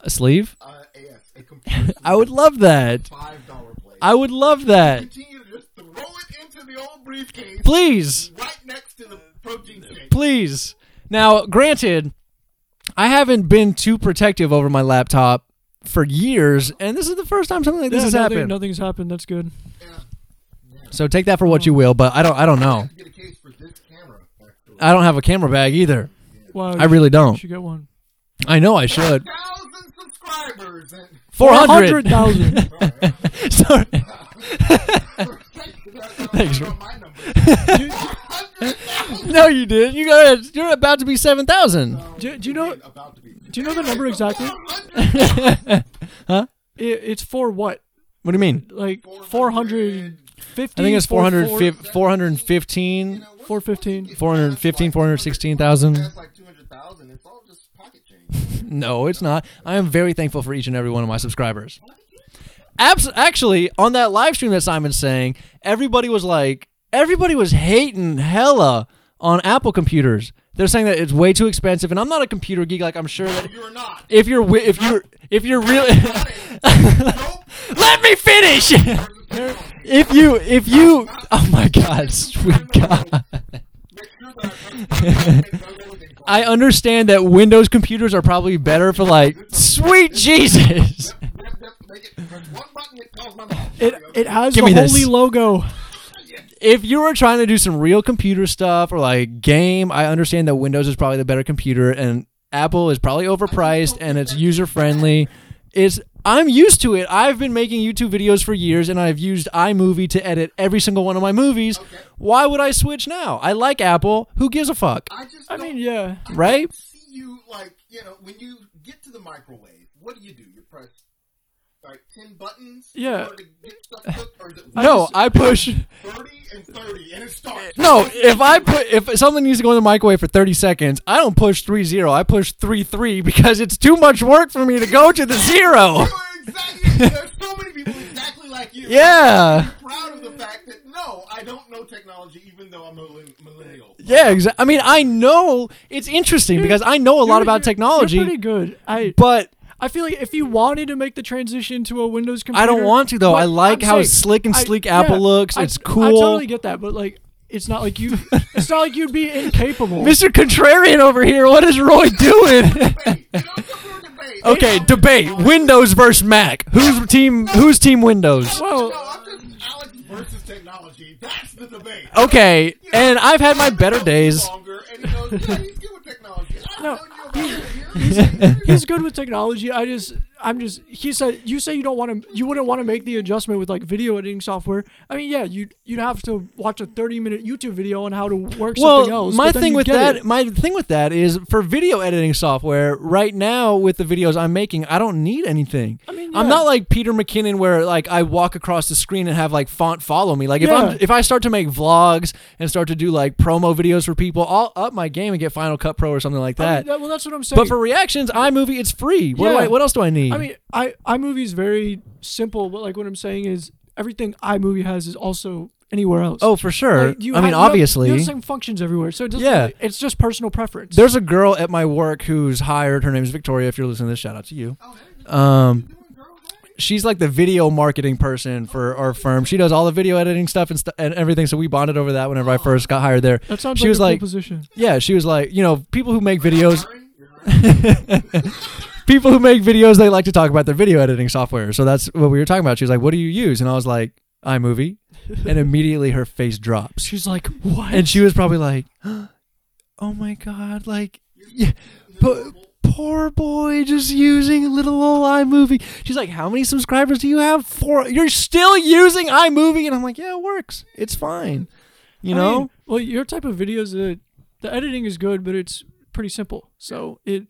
[SPEAKER 1] a sleeve.
[SPEAKER 2] Uh, yes, a complete
[SPEAKER 1] I would love that.
[SPEAKER 2] five dollar plate.
[SPEAKER 1] I would love that.
[SPEAKER 2] Continue to just throw it into the old briefcase
[SPEAKER 1] Please.
[SPEAKER 2] right next to the protein shake.
[SPEAKER 1] please. Now, granted, I haven't been too protective over my laptop for years, and this is the first time something like this
[SPEAKER 3] Yeah,
[SPEAKER 1] has
[SPEAKER 3] nothing-
[SPEAKER 1] happened.
[SPEAKER 3] Nothing's happened. That's good.
[SPEAKER 1] So take that for what you will, but I don't. I don't know.
[SPEAKER 2] Get a case for this camera. Actually.
[SPEAKER 1] I don't have a camera bag either.
[SPEAKER 3] Wow.
[SPEAKER 1] I really
[SPEAKER 3] You
[SPEAKER 1] don't.
[SPEAKER 3] should get one.
[SPEAKER 1] I know I should.
[SPEAKER 2] Thousand subscribers and
[SPEAKER 1] Four hundred.
[SPEAKER 3] 100,000.
[SPEAKER 1] Sorry.
[SPEAKER 2] thanks. My number.
[SPEAKER 1] No, you did. You got. You're about to be seven thousand.
[SPEAKER 3] do, do you know?
[SPEAKER 2] About to be.
[SPEAKER 3] Do you know the number exactly? It, it's for what?
[SPEAKER 1] What do you mean?
[SPEAKER 3] Like 450.
[SPEAKER 1] I think it's 400,
[SPEAKER 3] 450.
[SPEAKER 1] 415,
[SPEAKER 3] 415.
[SPEAKER 1] 415, 416,000.
[SPEAKER 2] That's like two hundred thousand. It's all just pocket change.
[SPEAKER 1] No, it's not. I am very thankful for each and every one of my subscribers. Abs- actually, on that live stream that Simon's saying, everybody was like, everybody was hating hella on Apple computers. They're saying that it's way too expensive, and I'm not a computer geek. Like I'm sure that
[SPEAKER 2] You're not.
[SPEAKER 1] if you're wi- if you're if you're real, let me finish. if you if you, oh my God, sweet God. I understand that Windows computers are probably better for like sweet Jesus.
[SPEAKER 3] It, it has
[SPEAKER 1] Give
[SPEAKER 3] the
[SPEAKER 1] me
[SPEAKER 3] holy
[SPEAKER 1] this.
[SPEAKER 3] logo.
[SPEAKER 1] If you were trying to do some real computer stuff or like game, I understand that Windows is probably the better computer and Apple is probably overpriced and it's user friendly. It's I'm used to it. I've been making YouTube videos for years and I've used iMovie to edit every single one of my movies. Why would I switch now? I like Apple. Who gives a fuck?
[SPEAKER 2] I just
[SPEAKER 3] I
[SPEAKER 2] don't
[SPEAKER 3] mean, yeah.
[SPEAKER 1] Right?
[SPEAKER 2] see you like you know when you get to the microwave. What do you do? You press like ten buttons. in
[SPEAKER 3] Yeah.
[SPEAKER 2] order to get stuff cooked, or is it
[SPEAKER 1] No, I push
[SPEAKER 2] thirty and thirty, and it starts.
[SPEAKER 1] No, if I put if something needs to go in the microwave for 30 seconds, I don't push 3-0, I push 3-3 because it's too much work for me to go to the zero.
[SPEAKER 2] You are exactly. There's so many people exactly like you.
[SPEAKER 1] Yeah.
[SPEAKER 2] Proud of the fact that no, I don't know technology, even though I'm a millen- millennial.
[SPEAKER 1] Yeah, exactly. I mean, I know it's interesting because I know a lot about
[SPEAKER 3] You're- you're- You're
[SPEAKER 1] technology,
[SPEAKER 3] pretty good. I
[SPEAKER 1] but
[SPEAKER 3] I feel like if you wanted to make the transition to a Windows computer,
[SPEAKER 1] I don't want to though.
[SPEAKER 3] but
[SPEAKER 1] I like
[SPEAKER 3] I'm
[SPEAKER 1] how
[SPEAKER 3] saying-
[SPEAKER 1] slick and
[SPEAKER 3] I-
[SPEAKER 1] sleek
[SPEAKER 3] yeah,
[SPEAKER 1] Apple looks.
[SPEAKER 3] I-
[SPEAKER 1] it's
[SPEAKER 3] I
[SPEAKER 1] cool.
[SPEAKER 3] totally get that, but like, it's not like you. it's not like you'd be incapable.
[SPEAKER 1] Mr. Contrarian over here, what is Roy doing?
[SPEAKER 2] Hey, you know, it's a real debate.
[SPEAKER 1] okay, debate. Windows versus Mac. Who's team who's team Windows?
[SPEAKER 2] No,
[SPEAKER 3] Well,
[SPEAKER 2] I'm just Alex versus technology. That's the debate.
[SPEAKER 1] Okay, and I've had my better days.
[SPEAKER 2] Longer, and he goes, yeah, he's good with technology. I've
[SPEAKER 3] No,
[SPEAKER 2] known you about it for years.
[SPEAKER 3] he's good with technology. I just, I'm just. He said, you say you don't want to, you wouldn't want to make the adjustment with like video editing software. I mean, yeah, you you'd have to watch a 30 minute YouTube video on how to work something else.
[SPEAKER 1] My
[SPEAKER 3] but then
[SPEAKER 1] thing
[SPEAKER 3] you
[SPEAKER 1] with
[SPEAKER 3] get
[SPEAKER 1] that,
[SPEAKER 3] it.
[SPEAKER 1] my thing with that is for video editing software. Right now, with the videos I'm making, I don't need anything. I
[SPEAKER 3] mean,
[SPEAKER 1] I'm
[SPEAKER 3] yeah.
[SPEAKER 1] not like Peter McKinnon, where like I walk across the screen and have like font follow me. Like if
[SPEAKER 3] Yeah.
[SPEAKER 1] I'm if I start to make vlogs and start to do like promo videos for people, I'll up my game and get Final Cut Pro or something like
[SPEAKER 3] I mean,
[SPEAKER 1] that.
[SPEAKER 3] that- well, that's what I'm saying.
[SPEAKER 1] but for reactions, iMovie, it's free. What, do
[SPEAKER 3] Yeah.
[SPEAKER 1] I, what else do I need?
[SPEAKER 3] I mean, I iMovie's very simple, but like what I'm saying is everything iMovie has is also anywhere else.
[SPEAKER 1] oh, for sure.
[SPEAKER 3] Like, you
[SPEAKER 1] I
[SPEAKER 3] have-
[SPEAKER 1] mean,
[SPEAKER 3] you have-
[SPEAKER 1] obviously.
[SPEAKER 3] you have the same functions everywhere. So it doesn't
[SPEAKER 1] Yeah.
[SPEAKER 3] really- it's just personal preference.
[SPEAKER 1] There's a girl at my work who's hired. Her name's Victoria. If you're listening to this, shout out to you. Um, she's like the video marketing person for our firm. She does all the video editing stuff and, stu and everything. So we bonded over that whenever I first got hired there.
[SPEAKER 3] that sounds
[SPEAKER 1] she
[SPEAKER 3] like
[SPEAKER 1] was
[SPEAKER 3] a cool
[SPEAKER 1] like,
[SPEAKER 3] position.
[SPEAKER 1] yeah, she was like, you know, people who make videos. people who make videos, they like to talk about their video editing software. So that's what we were talking about. She was like, what do you use? And I was like, iMovie. And immediately her face drops
[SPEAKER 3] She's like, what?
[SPEAKER 1] and she was probably like, "Oh my god, like, yeah, po- poor boy, just using little old iMovie." She's like, "How many subscribers do you have? Four? You're still using iMovie?" And I'm like, "Yeah, it works. It's fine." You
[SPEAKER 3] I
[SPEAKER 1] know,
[SPEAKER 3] mean, well, your type of videos, the the editing is good, but it's pretty simple. So it,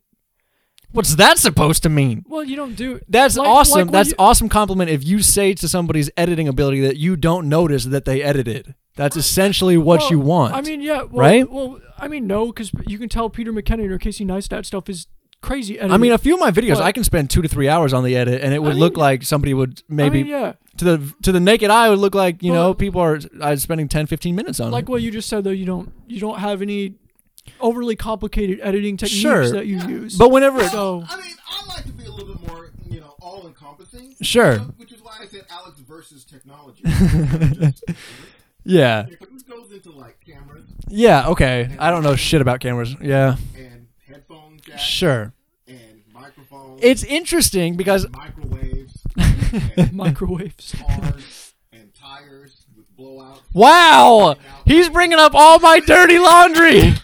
[SPEAKER 1] what's that supposed to mean?
[SPEAKER 3] well, you don't do
[SPEAKER 1] That's
[SPEAKER 3] like-
[SPEAKER 1] awesome.
[SPEAKER 3] like when
[SPEAKER 1] That's
[SPEAKER 3] you-
[SPEAKER 1] awesome compliment if you say to somebody's editing ability that you don't notice that they edited. That's essentially what
[SPEAKER 3] Well,
[SPEAKER 1] you want.
[SPEAKER 3] I mean, yeah, well,
[SPEAKER 1] right?
[SPEAKER 3] Well, I mean, no, because you can tell Peter McKinnon or Casey Neistat stuff is crazy. Editing.
[SPEAKER 1] I mean, a few of my videos,
[SPEAKER 3] But-
[SPEAKER 1] I can spend two to three hours on the edit, and it would
[SPEAKER 3] mean,
[SPEAKER 1] look like somebody would
[SPEAKER 3] I
[SPEAKER 1] maybe
[SPEAKER 3] mean, yeah.
[SPEAKER 1] to the to the naked eye it would look like you
[SPEAKER 3] But-
[SPEAKER 1] know people are uh, spending 10 15 minutes on
[SPEAKER 3] like
[SPEAKER 1] it
[SPEAKER 3] what you just said though you don't you don't have any overly complicated editing techniques
[SPEAKER 1] Sure.
[SPEAKER 3] that you use
[SPEAKER 1] but whenever it,
[SPEAKER 3] so
[SPEAKER 2] I mean, I like to be a little bit more, you know, all encompassing.
[SPEAKER 1] Sure.
[SPEAKER 2] Which is why I said Alex versus technology. Just-
[SPEAKER 1] yeah
[SPEAKER 2] But this goes into like cameras
[SPEAKER 1] yeah okay i don't know shit about cameras yeah
[SPEAKER 2] and headphone jacks
[SPEAKER 1] sure it's interesting because
[SPEAKER 2] microwaves,
[SPEAKER 3] microwaves.
[SPEAKER 2] cars, and tires with blowouts.
[SPEAKER 1] wow, he's bringing up all my dirty laundry.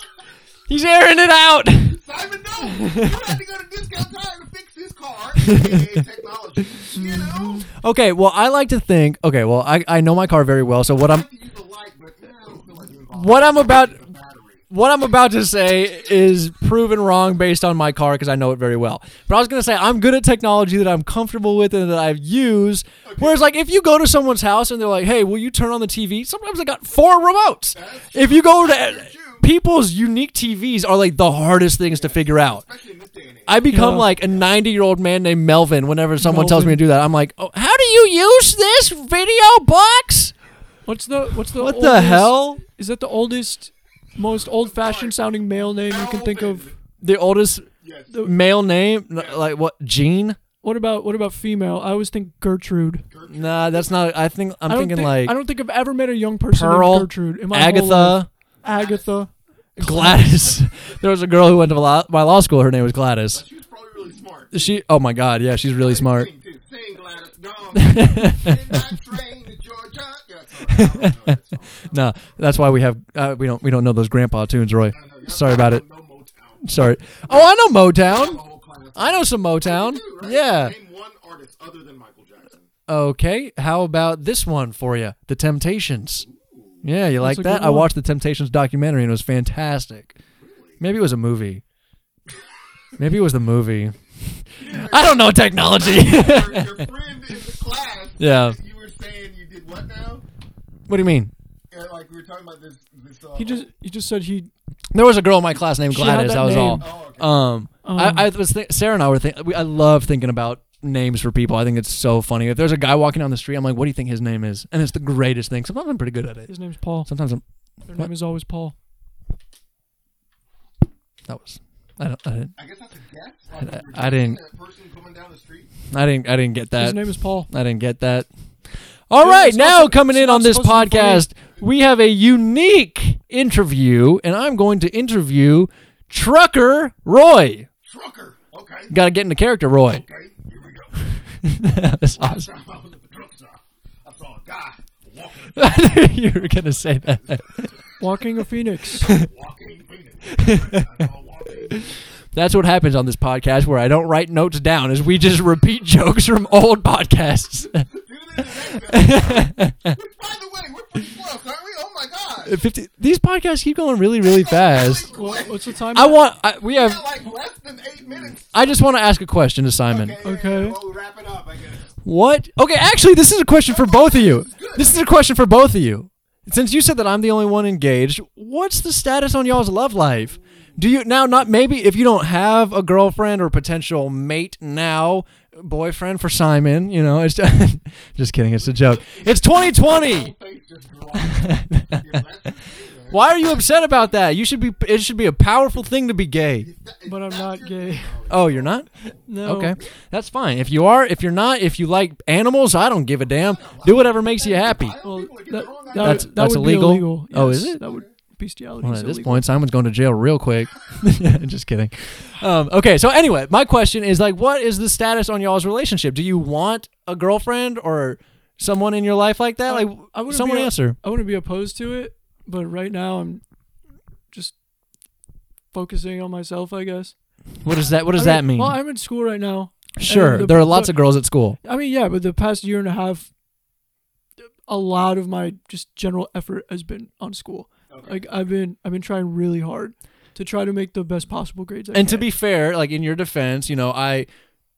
[SPEAKER 1] He's airing it out.
[SPEAKER 2] Simon, no! You had to go to Discount Tire to fix his car. AKA technology. You know?
[SPEAKER 1] Okay, well, I like to think. Okay, well, I, I know my car very well, so what I'm
[SPEAKER 2] You use the light, but man, I don't feel like doing all
[SPEAKER 1] what I'm about
[SPEAKER 2] the battery.
[SPEAKER 1] what I'm about to say is proven wrong based on my car because I know it very well. But I was gonna say I'm good at technology that I'm comfortable with and that I've used. Whereas, like, if you go to someone's house and they're like, "Hey, will you turn on the TV?" Sometimes they got four remotes. If you go to people's unique TVs, are like the hardest things to figure out.
[SPEAKER 2] Especially in this day and age.
[SPEAKER 1] I become
[SPEAKER 3] Yeah.
[SPEAKER 1] like a 90 year old man named Melvin whenever someone tells me to
[SPEAKER 3] Melvin.
[SPEAKER 1] do that. I'm like, oh, "How do you use this video box?"
[SPEAKER 3] What's the what's the
[SPEAKER 1] What the
[SPEAKER 3] oldest-
[SPEAKER 1] hell?
[SPEAKER 3] Is that the oldest, most old-fashioned sounding male name you can think of?
[SPEAKER 1] The oldest
[SPEAKER 2] Yes.
[SPEAKER 1] male name, like what? Gene.
[SPEAKER 3] What about what about female? I always think Gertrude.
[SPEAKER 1] Nah, that's not. I think I'm
[SPEAKER 3] I don't
[SPEAKER 1] thinking
[SPEAKER 3] think,
[SPEAKER 1] like
[SPEAKER 3] I don't think I've ever met a young person
[SPEAKER 1] Pearl,
[SPEAKER 3] named Gertrude. In my whole life.
[SPEAKER 1] Agatha,
[SPEAKER 3] Agatha.
[SPEAKER 1] Gladys. there was a girl who went to my law- my law school. Her name was Gladys.
[SPEAKER 2] She was probably really smart.
[SPEAKER 1] She. Oh my God. Yeah, she's really smart.
[SPEAKER 2] Sing, too. Sing, Gladys. Gone. In my train to Georgia. Yeah, sorry, I don't know that song.
[SPEAKER 1] No, that's why we have uh, we don't we don't know those grandpa tunes, Roy.
[SPEAKER 2] I know, y'all
[SPEAKER 1] Sorry about it.
[SPEAKER 2] don't know Motown.
[SPEAKER 1] Sorry. Oh, I know
[SPEAKER 2] The
[SPEAKER 1] Motown.
[SPEAKER 2] whole class.
[SPEAKER 1] I know some Motown.
[SPEAKER 2] You, right?
[SPEAKER 1] Yeah.
[SPEAKER 2] Name one artist other than Michael Jackson.
[SPEAKER 1] Okay. How about this one for you? The Temptations. Yeah, you like
[SPEAKER 3] a
[SPEAKER 1] that?
[SPEAKER 3] good
[SPEAKER 1] I
[SPEAKER 3] one.
[SPEAKER 1] watched the Temptations documentary and it was fantastic. Maybe it was a movie. Maybe it was the movie. I don't know technology.
[SPEAKER 2] Your, your friend in the class.
[SPEAKER 1] Yeah.
[SPEAKER 2] You were saying you did what now?
[SPEAKER 1] What do you mean?
[SPEAKER 2] Yeah, like we were talking about this. this uh,
[SPEAKER 3] He just he just said he
[SPEAKER 1] There was a girl in my class named
[SPEAKER 3] She had
[SPEAKER 1] Gladys.
[SPEAKER 3] that
[SPEAKER 1] That, was
[SPEAKER 3] name.
[SPEAKER 1] all.
[SPEAKER 2] Oh, okay.
[SPEAKER 1] Um, I, I was th- Sarah and I were thinking. I love thinking about names for people. I think it's so funny. If there's a guy walking down the street, I'm like, "What do you think his name is?" And it's the greatest thing. Sometimes I'm pretty good at it.
[SPEAKER 3] his name's Paul.
[SPEAKER 1] Sometimes I'm.
[SPEAKER 3] Their
[SPEAKER 1] what?
[SPEAKER 3] name is always Paul.
[SPEAKER 1] That was. I don't. I didn't.
[SPEAKER 2] I guess that's a guess. Like, if you're
[SPEAKER 1] I didn't.
[SPEAKER 2] seeing That person coming down the street.
[SPEAKER 1] I didn't. I didn't get that.
[SPEAKER 3] His name is Paul.
[SPEAKER 1] I didn't get that. All
[SPEAKER 3] Dude,
[SPEAKER 1] right,
[SPEAKER 3] it's
[SPEAKER 1] now
[SPEAKER 3] not-
[SPEAKER 1] coming
[SPEAKER 3] it's
[SPEAKER 1] in
[SPEAKER 3] not
[SPEAKER 1] on this
[SPEAKER 3] supposed to be funny.
[SPEAKER 1] podcast, we have a unique interview, and I'm going to interview Trucker Roy.
[SPEAKER 2] Trucker. Okay.
[SPEAKER 1] Got to get into character, Roy.
[SPEAKER 2] Okay. Here we go.
[SPEAKER 1] That's awesome.
[SPEAKER 2] I was at the truck stop. I saw a guy walking,
[SPEAKER 1] I knew you were gonna say that.
[SPEAKER 3] Walking a phoenix.
[SPEAKER 2] walking penis. I saw a walking penis.
[SPEAKER 1] That's what happens on this podcast, where I don't write notes down, is we just repeat jokes from old podcasts.
[SPEAKER 2] Do this and that. Which, by the way, we're pretty close, aren't we? Oh my god.
[SPEAKER 1] Fifty. These podcasts keep going really, really fast.
[SPEAKER 3] What, what's the time?
[SPEAKER 1] I want. I, we
[SPEAKER 2] We
[SPEAKER 1] have.
[SPEAKER 2] got like less than eight minutes.
[SPEAKER 1] I just want to ask a question to Simon.
[SPEAKER 3] Okay.
[SPEAKER 2] Well, we wrap it up, I guess.
[SPEAKER 1] What? Okay, actually, this is a question for both of you. This is a question for both of you. Since you said that I'm the only one engaged, what's the status on y'all's love life? Do you now not maybe if you don't have a girlfriend or potential mate now, boyfriend for Simon, you know, it's just, just kidding, it's a joke. It's 2020.
[SPEAKER 2] Face just dropped. Your last-
[SPEAKER 1] Why are you upset about that? You should be it should be a powerful thing to be gay.
[SPEAKER 3] But I'm not gay.
[SPEAKER 1] Oh, you're not?
[SPEAKER 3] No.
[SPEAKER 1] Okay. That's fine. If you are, if you're not, if you like animals, I don't give a damn. Do whatever makes you happy.
[SPEAKER 3] Well, that, that,
[SPEAKER 1] That's-
[SPEAKER 3] that
[SPEAKER 1] that's
[SPEAKER 3] would be
[SPEAKER 1] illegal?
[SPEAKER 3] illegal.
[SPEAKER 1] Oh,
[SPEAKER 3] Yes,
[SPEAKER 1] is it?
[SPEAKER 3] That would bestiality.
[SPEAKER 1] Well,
[SPEAKER 3] is
[SPEAKER 1] at this
[SPEAKER 3] illegal.
[SPEAKER 1] point, Simon's going to jail real quick. Just kidding. Um, okay, so anyway, my question is like, what is the status on y'all's relationship? Do you want a girlfriend or someone in your life like that? Like,
[SPEAKER 3] I wouldn't
[SPEAKER 1] someone
[SPEAKER 3] be,
[SPEAKER 1] answer.
[SPEAKER 3] I wouldn't be opposed to it, but right now I'm just focusing on myself, I guess.
[SPEAKER 1] What does that? What does
[SPEAKER 3] I
[SPEAKER 1] that mean?
[SPEAKER 3] Well, I'm in school right now.
[SPEAKER 1] sure,
[SPEAKER 3] and the-
[SPEAKER 1] there are lots
[SPEAKER 3] but-
[SPEAKER 1] of girls at school.
[SPEAKER 3] I mean, yeah, but the past year and a half, a lot of my just general effort has been on school. Like I've been, I've been trying really hard to try to make the best possible grades. I
[SPEAKER 1] And to
[SPEAKER 3] can.
[SPEAKER 1] be fair, like in your defense, you know, I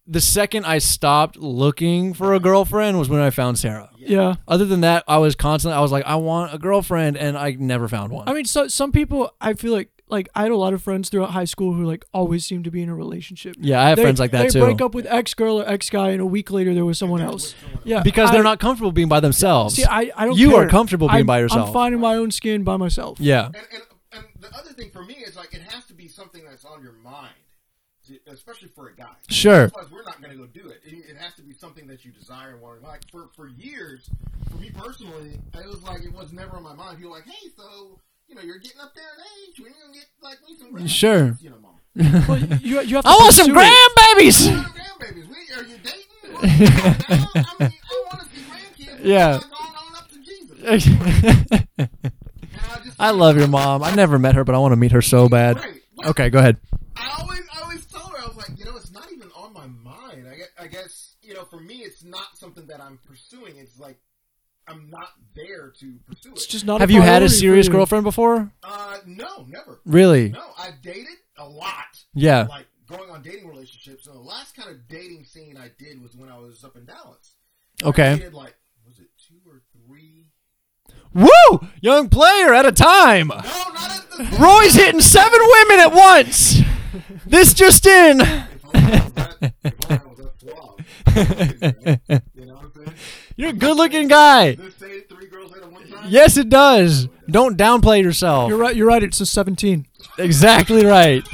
[SPEAKER 1] the second I stopped looking for a girlfriend was when I found Sarah.
[SPEAKER 3] yeah,
[SPEAKER 1] Other than that, I was constantly I was like, I want a girlfriend, and I never found one.
[SPEAKER 3] I mean, so some people, I feel like, like I had a lot of friends throughout high school who like always seem to be in a relationship.
[SPEAKER 1] yeah, I have
[SPEAKER 3] They-
[SPEAKER 1] friends like that
[SPEAKER 3] they
[SPEAKER 1] too.
[SPEAKER 3] break up with ex girl or ex guy, and a week later there was someone else. Yeah,
[SPEAKER 1] because
[SPEAKER 3] I-
[SPEAKER 1] they're not comfortable being by themselves.
[SPEAKER 3] See, I, I don't.
[SPEAKER 1] You are
[SPEAKER 3] care.
[SPEAKER 1] comfortable being
[SPEAKER 3] I'm-
[SPEAKER 1] by yourself.
[SPEAKER 3] I'm fine in my own skin by myself.
[SPEAKER 1] yeah.
[SPEAKER 2] And, and, and the other thing for me is like it has to be something that's on your mind, especially for a guy.
[SPEAKER 1] Sure.
[SPEAKER 2] Otherwise, we're not going to go do it. it. It has to be something that you desire and want. Like for for years, for me personally, it was like it was never on my mind. People were like, hey, so you know, you're getting up there in age. When you can get like me some grandbabies,
[SPEAKER 1] Sure.
[SPEAKER 2] you know, mom.
[SPEAKER 3] But you, you have to
[SPEAKER 1] I want some
[SPEAKER 3] pursue
[SPEAKER 1] grandbabies.
[SPEAKER 3] it.
[SPEAKER 2] grandbabies. We, are you dating? What are you doing now? I mean, I want to see grandkids.
[SPEAKER 1] Yeah.
[SPEAKER 2] Like, going on up to Jesus. And I, just,
[SPEAKER 1] I love your mom. I never met her, but I want to meet her so bad. Okay, go ahead.
[SPEAKER 2] I always, I always told her, I was like, you know, it's not even on my mind. I guess, I guess, you know, for me, it's not something that I'm pursuing. It's like I'm not there to pursue it.
[SPEAKER 3] It's just not.
[SPEAKER 1] Have you had
[SPEAKER 3] priority
[SPEAKER 1] a
[SPEAKER 3] for
[SPEAKER 1] serious
[SPEAKER 3] you.
[SPEAKER 1] girlfriend before?
[SPEAKER 2] uh, no, never.
[SPEAKER 1] Really?
[SPEAKER 2] No, I dated a lot.
[SPEAKER 1] Yeah.
[SPEAKER 2] Like going on dating relationships. And the last kind of dating scene I did was when I was up in Dallas. I
[SPEAKER 1] Okay.
[SPEAKER 2] dated like, was it two or three?
[SPEAKER 1] Woo! Young player at a time.
[SPEAKER 2] No, not at the same
[SPEAKER 1] Roy's hitting seven women at once. This just in.
[SPEAKER 2] If I was that- if I was that suave, you know what I'm saying?
[SPEAKER 1] You're a good-looking guy.
[SPEAKER 2] This day, three girls at one time.
[SPEAKER 1] Yes, it does. Don't downplay yourself.
[SPEAKER 3] You're right. You're right. It's a 17.
[SPEAKER 1] Exactly right.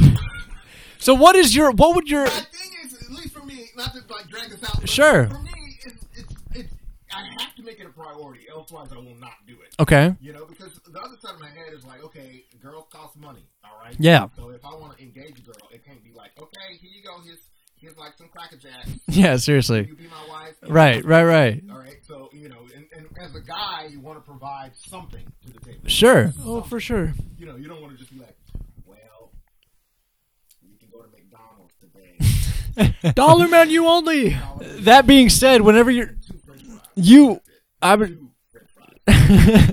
[SPEAKER 1] So what is your what would your
[SPEAKER 2] The thing is, at least for me, not to like drag this out. but
[SPEAKER 1] Sure.
[SPEAKER 2] For me, it's, it's, it's, I have to make it a priority, elsewise I will not do it.
[SPEAKER 1] Okay.
[SPEAKER 2] You know, because the other side of my head is like, okay, girls cost money, all right?
[SPEAKER 1] Yeah.
[SPEAKER 2] So if I want to engage a girl, it can't be like, okay, here you go, here's, here's like some cracker jacks.
[SPEAKER 1] Yeah, seriously.
[SPEAKER 2] You be my wife.
[SPEAKER 1] Right, right, right.
[SPEAKER 2] All right. So you know, and, and as a guy, you want to provide something to the table.
[SPEAKER 1] Sure.
[SPEAKER 3] Oh, for sure.
[SPEAKER 2] You know, you don't want to just be like, well, you can go to McDonald's today.
[SPEAKER 3] Dollar menu only.
[SPEAKER 1] That being said, whenever you're you I would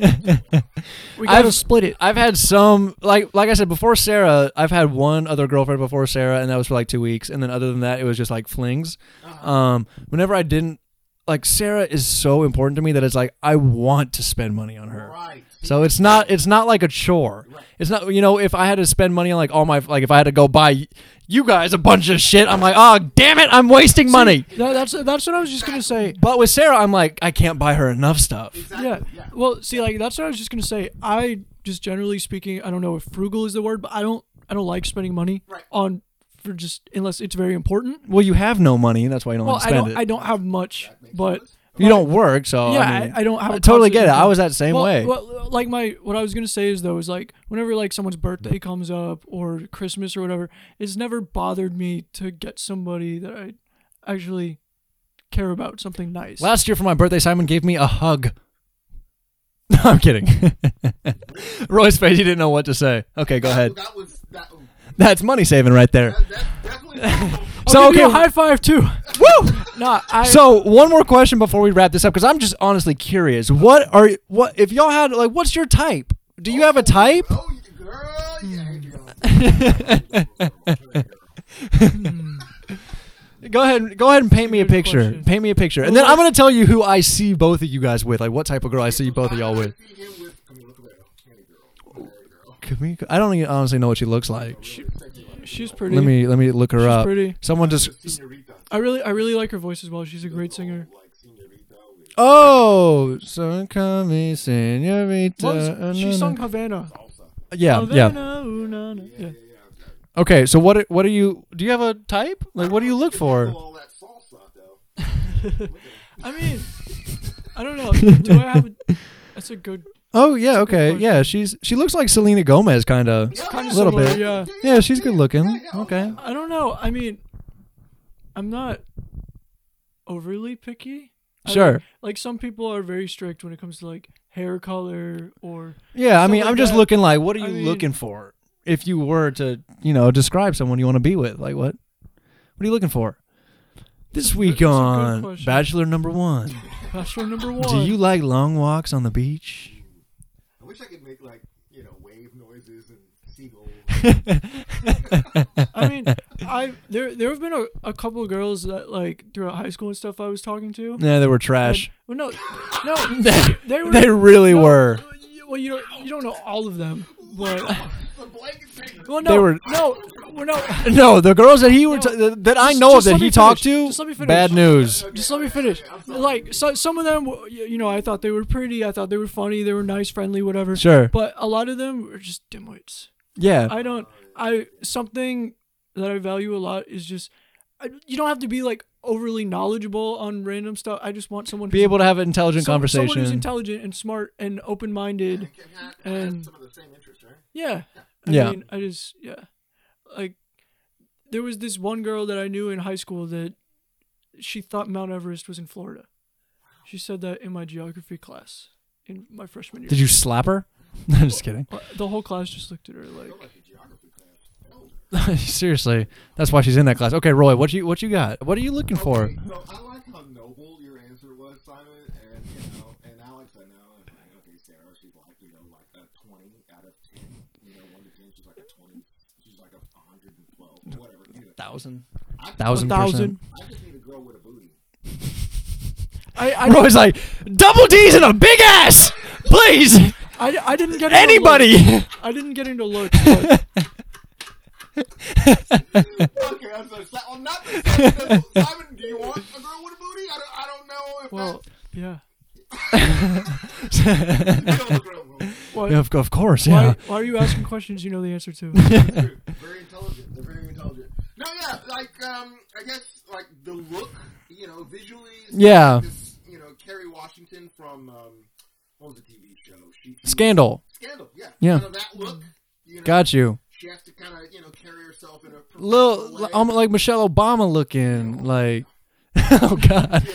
[SPEAKER 3] We gotta
[SPEAKER 1] I've
[SPEAKER 3] split it.
[SPEAKER 1] I've had some like like I said before Sarah, I've had one other girlfriend before Sarah and that was for like 2 weeks and then other than that it was just like flings.
[SPEAKER 3] Uh-huh.
[SPEAKER 1] Um whenever I didn't like Sarah is so important to me that it's like I want to spend money on her.
[SPEAKER 2] right.
[SPEAKER 1] So it's not it's not like a chore. It's not you know if I had to spend money on like all my like if I had to go buy y- you guys a bunch of shit I'm like oh damn it I'm wasting money.
[SPEAKER 3] No, that's that's what I was just gonna say.
[SPEAKER 1] But with Sarah I'm like I can't buy her enough stuff.
[SPEAKER 3] Yeah. Well, see, like that's what I was just gonna say. I just generally speaking, I don't know if frugal is the word, but I don't I don't like spending money on for just unless it's very important.
[SPEAKER 1] Well you have no money that's why you don't
[SPEAKER 3] Well,
[SPEAKER 1] want to
[SPEAKER 3] I
[SPEAKER 1] spend
[SPEAKER 3] don't
[SPEAKER 1] it.
[SPEAKER 3] I don't have much, but
[SPEAKER 1] you don't work so
[SPEAKER 3] yeah,
[SPEAKER 1] I,
[SPEAKER 3] I,
[SPEAKER 1] mean,
[SPEAKER 3] I don't have.
[SPEAKER 1] I
[SPEAKER 3] a
[SPEAKER 1] totally get it.
[SPEAKER 3] constant
[SPEAKER 1] I
[SPEAKER 3] income.
[SPEAKER 1] was that same
[SPEAKER 3] Well-
[SPEAKER 1] way.
[SPEAKER 3] Well, like my what I was gonna say is though is like whenever like someone's birthday comes up or Christmas or whatever, it's never bothered me to get somebody that I actually care about something nice.
[SPEAKER 1] Last year for my birthday, Simon gave me a hug. No, I'm kidding. Roy's face, he didn't know what to say. Okay, go ahead.
[SPEAKER 2] That was that. oh,
[SPEAKER 1] That's money saving right there.
[SPEAKER 2] That definitely.
[SPEAKER 1] So,
[SPEAKER 3] give you
[SPEAKER 1] okay,
[SPEAKER 3] a high five too.
[SPEAKER 1] woo!
[SPEAKER 3] no, I
[SPEAKER 1] So, one more question before we wrap this up, because I'm just honestly curious. What are, what, if y'all had, like, what's your type? Do you have a type?
[SPEAKER 2] oh, you- girl,
[SPEAKER 1] Hmm.
[SPEAKER 2] yeah, here you go.
[SPEAKER 1] Go ahead, go ahead and paint me a
[SPEAKER 3] Good
[SPEAKER 1] picture.
[SPEAKER 3] question.
[SPEAKER 1] Paint me a picture. And then I'm going to tell you who I see both of you guys with, like, what type of girl I see both of y'all with.
[SPEAKER 2] See him with Camila Cabello, Candy Girl, Mary Girl.
[SPEAKER 1] Can we, I don't even honestly know what she looks like.
[SPEAKER 3] she's pretty.
[SPEAKER 1] Let me, let me look her
[SPEAKER 3] She's
[SPEAKER 1] up.
[SPEAKER 3] pretty.
[SPEAKER 1] Someone just,
[SPEAKER 2] Senorita,
[SPEAKER 3] I really I really like her voice as well. She's a great singer.
[SPEAKER 1] Uh,
[SPEAKER 2] like Senorita. With,
[SPEAKER 1] Oh, so come me, senorita.
[SPEAKER 3] What was- she
[SPEAKER 1] na-
[SPEAKER 3] sung Havana.
[SPEAKER 1] Yeah,
[SPEAKER 3] oh,
[SPEAKER 1] Um, yeah.
[SPEAKER 3] Havana, ooh, na, na. Yeah.
[SPEAKER 1] Okay, so what? What are you? Do you have a type? Like, what do you look for?
[SPEAKER 2] all that salsa though.
[SPEAKER 3] I mean, I don't know. Do I have? A, that's a good
[SPEAKER 1] Oh yeah, okay,
[SPEAKER 3] question.
[SPEAKER 1] yeah. She's she looks like Selena Gomez, kind of.
[SPEAKER 3] kind of
[SPEAKER 1] Little
[SPEAKER 3] similar,
[SPEAKER 1] bit.
[SPEAKER 3] Yeah.
[SPEAKER 1] Yeah, she's good looking. Okay.
[SPEAKER 3] I don't know. I mean, I'm not overly picky. I
[SPEAKER 1] Sure.
[SPEAKER 3] Like, like some people are very strict when it comes to like hair color or
[SPEAKER 1] Yeah, I mean,
[SPEAKER 3] Something
[SPEAKER 1] I'm just
[SPEAKER 3] that-
[SPEAKER 1] looking like, what are
[SPEAKER 3] I
[SPEAKER 1] you
[SPEAKER 3] mean-
[SPEAKER 1] looking for? If you were to, you know, describe someone you want to be with, like what? What are you looking for? This week
[SPEAKER 3] good
[SPEAKER 1] on
[SPEAKER 3] question.
[SPEAKER 1] Bachelor Number One,
[SPEAKER 3] bachelor number one.
[SPEAKER 1] do you like long walks on the beach?
[SPEAKER 2] I wish I could make like you know wave noises and seagulls.
[SPEAKER 3] I mean, I there there have been a, a couple of girls that like throughout high school and stuff I was talking to.
[SPEAKER 1] Yeah, they were trash.
[SPEAKER 3] Well, no, no, they were.
[SPEAKER 1] They really
[SPEAKER 3] no,
[SPEAKER 1] were.
[SPEAKER 3] Well, you don't you don't know all of them, but
[SPEAKER 2] the blanket thing.
[SPEAKER 3] well, no,
[SPEAKER 1] They were-
[SPEAKER 3] no, well, no.
[SPEAKER 1] No, the girls that he were t- that I know of
[SPEAKER 3] just
[SPEAKER 1] that
[SPEAKER 3] let
[SPEAKER 1] he
[SPEAKER 3] me
[SPEAKER 1] talked
[SPEAKER 3] finish.
[SPEAKER 1] to.
[SPEAKER 3] Just let me finish.
[SPEAKER 1] Bad news.
[SPEAKER 3] Just let me finish. Like so, some of them, were- you you know, I thought they were pretty. I thought they were funny. They were nice, friendly, whatever.
[SPEAKER 1] Sure.
[SPEAKER 3] But a lot of them were just dimwits.
[SPEAKER 1] Yeah.
[SPEAKER 3] I don't. I something that I value a lot is just. I, you don't have to be like overly knowledgeable on random stuff. I just want someone
[SPEAKER 1] Be able to have an intelligent
[SPEAKER 3] Someone who's
[SPEAKER 1] conversation.
[SPEAKER 3] intelligent and smart and open minded,
[SPEAKER 2] Can I- I have
[SPEAKER 3] and
[SPEAKER 2] some of the same interests.
[SPEAKER 3] Yeah. I
[SPEAKER 1] Yeah.
[SPEAKER 3] mean, I just yeah. Like there was this one girl that I knew in high school that she thought Mount Everest was in Florida. She said that in my geography class in my freshman year.
[SPEAKER 1] Did you slap her? I'm just kidding.
[SPEAKER 3] Uh, The whole class just looked at her like
[SPEAKER 1] Seriously, that's why she's in that class. Okay, Roy, what you what you got? What are you looking for?
[SPEAKER 2] Okay, so I like how noble your answer was, Simon, and you know, and Alex. I know, and like, okay, Sarah, she's like you know, like a twenty out of ten. You know, one to ten, she's like a twenty. She's like a hundred and twelve, whatever. You know,
[SPEAKER 1] Thousand.
[SPEAKER 3] a
[SPEAKER 1] Thousand.
[SPEAKER 3] thousand.
[SPEAKER 1] Thousand.
[SPEAKER 2] I just need a girl with a booty.
[SPEAKER 3] I I,
[SPEAKER 1] Roy's like double D's and a big ass. Please,
[SPEAKER 3] I, I didn't get into
[SPEAKER 1] anybody.
[SPEAKER 3] looks. I didn't get into looks. But
[SPEAKER 2] Okay, I'm so sad. Well, not that Simon, doesn't- Simon, do you want a girl with a booty? I don't, I don't know if
[SPEAKER 3] well, yeah.
[SPEAKER 2] that's still a girl with a booty.
[SPEAKER 3] Why,
[SPEAKER 1] Of, of course,
[SPEAKER 3] why,
[SPEAKER 1] yeah.
[SPEAKER 3] why are you asking questions you know the answer to?
[SPEAKER 2] very intelligent. They're very intelligent. No, yeah, like um, I guess like the look, you know, visually. it's
[SPEAKER 1] Yeah.
[SPEAKER 2] like This, you know, Kerry Washington from um, what was the TV show? She, she-
[SPEAKER 1] Scandal.
[SPEAKER 2] Scandal. Yeah.
[SPEAKER 1] Yeah.
[SPEAKER 2] Kind of that look. You know,
[SPEAKER 1] Got you.
[SPEAKER 2] She has to kind of you know carry herself in a professional
[SPEAKER 1] Little,
[SPEAKER 2] way.
[SPEAKER 1] li- almost like Michelle Obama looking. Like, oh god.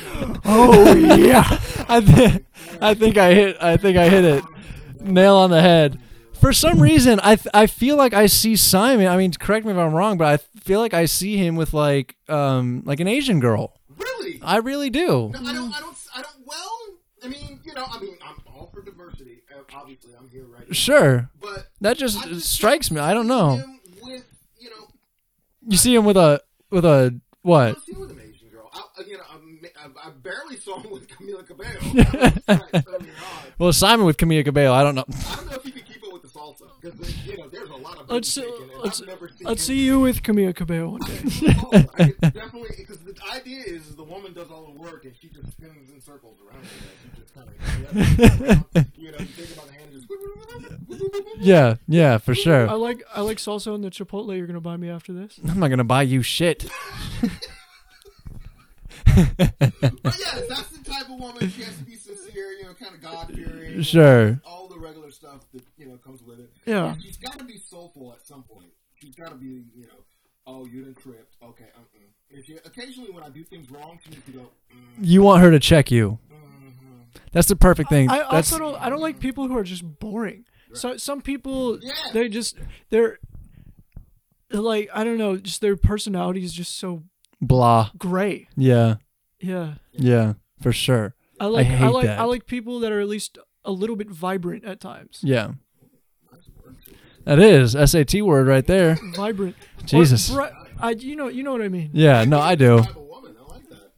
[SPEAKER 3] oh yeah.
[SPEAKER 1] I, th- I think I hit. I think I hit it. Nail on the head. For some reason, I th- I feel like I see Simon. I mean, correct me if I'm wrong, but I feel like I see him with like um like an Asian girl.
[SPEAKER 2] really.
[SPEAKER 1] I really do.
[SPEAKER 2] No, I don't. I don't. I don't. Well, I mean, you know, I mean, I'm all for diversity. uh, Obviously, I'm here right now.
[SPEAKER 1] Sure,
[SPEAKER 2] But
[SPEAKER 1] that just
[SPEAKER 2] I just
[SPEAKER 1] strikes me. I don't know.
[SPEAKER 2] him with you know
[SPEAKER 1] You see him with a with a
[SPEAKER 2] I
[SPEAKER 1] what?
[SPEAKER 2] don't see him with an Asian girl. I, I- you know, I'm- I, I barely saw him with Camila Cabello. That was early on.
[SPEAKER 1] Well, Simon with Camila Cabello. I don't know.
[SPEAKER 2] I don't know if you can keep up with the salsa because you know there's a lot of
[SPEAKER 3] Let's
[SPEAKER 2] booty
[SPEAKER 3] uh,
[SPEAKER 2] shaking, and
[SPEAKER 3] let's
[SPEAKER 2] I've never seen
[SPEAKER 3] let's see you with Camille Cabello one day.
[SPEAKER 2] salsa. I could definitely because the idea is, is the woman does all the work and she just spins in circles around. Her. She just kind of you know you think about the hand and just
[SPEAKER 1] Yeah, yeah, for
[SPEAKER 3] I
[SPEAKER 1] sure.
[SPEAKER 3] like I like salsa and the chipotle you're gonna buy me after this.
[SPEAKER 1] I'm not gonna buy you shit.
[SPEAKER 2] but yes, that's the type of woman she has to be sincere. You know, kind of God fearing.
[SPEAKER 1] Sure.
[SPEAKER 2] all the regular stuff that you know comes with it.
[SPEAKER 3] Yeah.
[SPEAKER 2] she's got to be soulful at some point. She's got to be, you know, oh, you done tripped. Okay, uh-uh. If she, occasionally when I do things wrong, she needs to go. Mm.
[SPEAKER 1] You want her to check you. That's the perfect thing.
[SPEAKER 3] I
[SPEAKER 1] That's
[SPEAKER 3] also don't I don't like people who are just boring. So some people
[SPEAKER 2] Yeah.
[SPEAKER 3] they just they're like I don't know, just their personality is just so
[SPEAKER 1] blah.
[SPEAKER 3] gray.
[SPEAKER 1] Yeah.
[SPEAKER 3] Yeah.
[SPEAKER 1] Yeah, for sure.
[SPEAKER 3] I like I,
[SPEAKER 1] hate
[SPEAKER 3] like
[SPEAKER 1] that.
[SPEAKER 3] I like people that are at least a little bit vibrant at times.
[SPEAKER 1] Yeah. That is SAT word right there.
[SPEAKER 3] Vibrant. Or
[SPEAKER 1] Jesus.
[SPEAKER 3] bri- I you know you know what I mean.
[SPEAKER 1] Yeah, no, I do.
[SPEAKER 2] I'm a woman. I like that.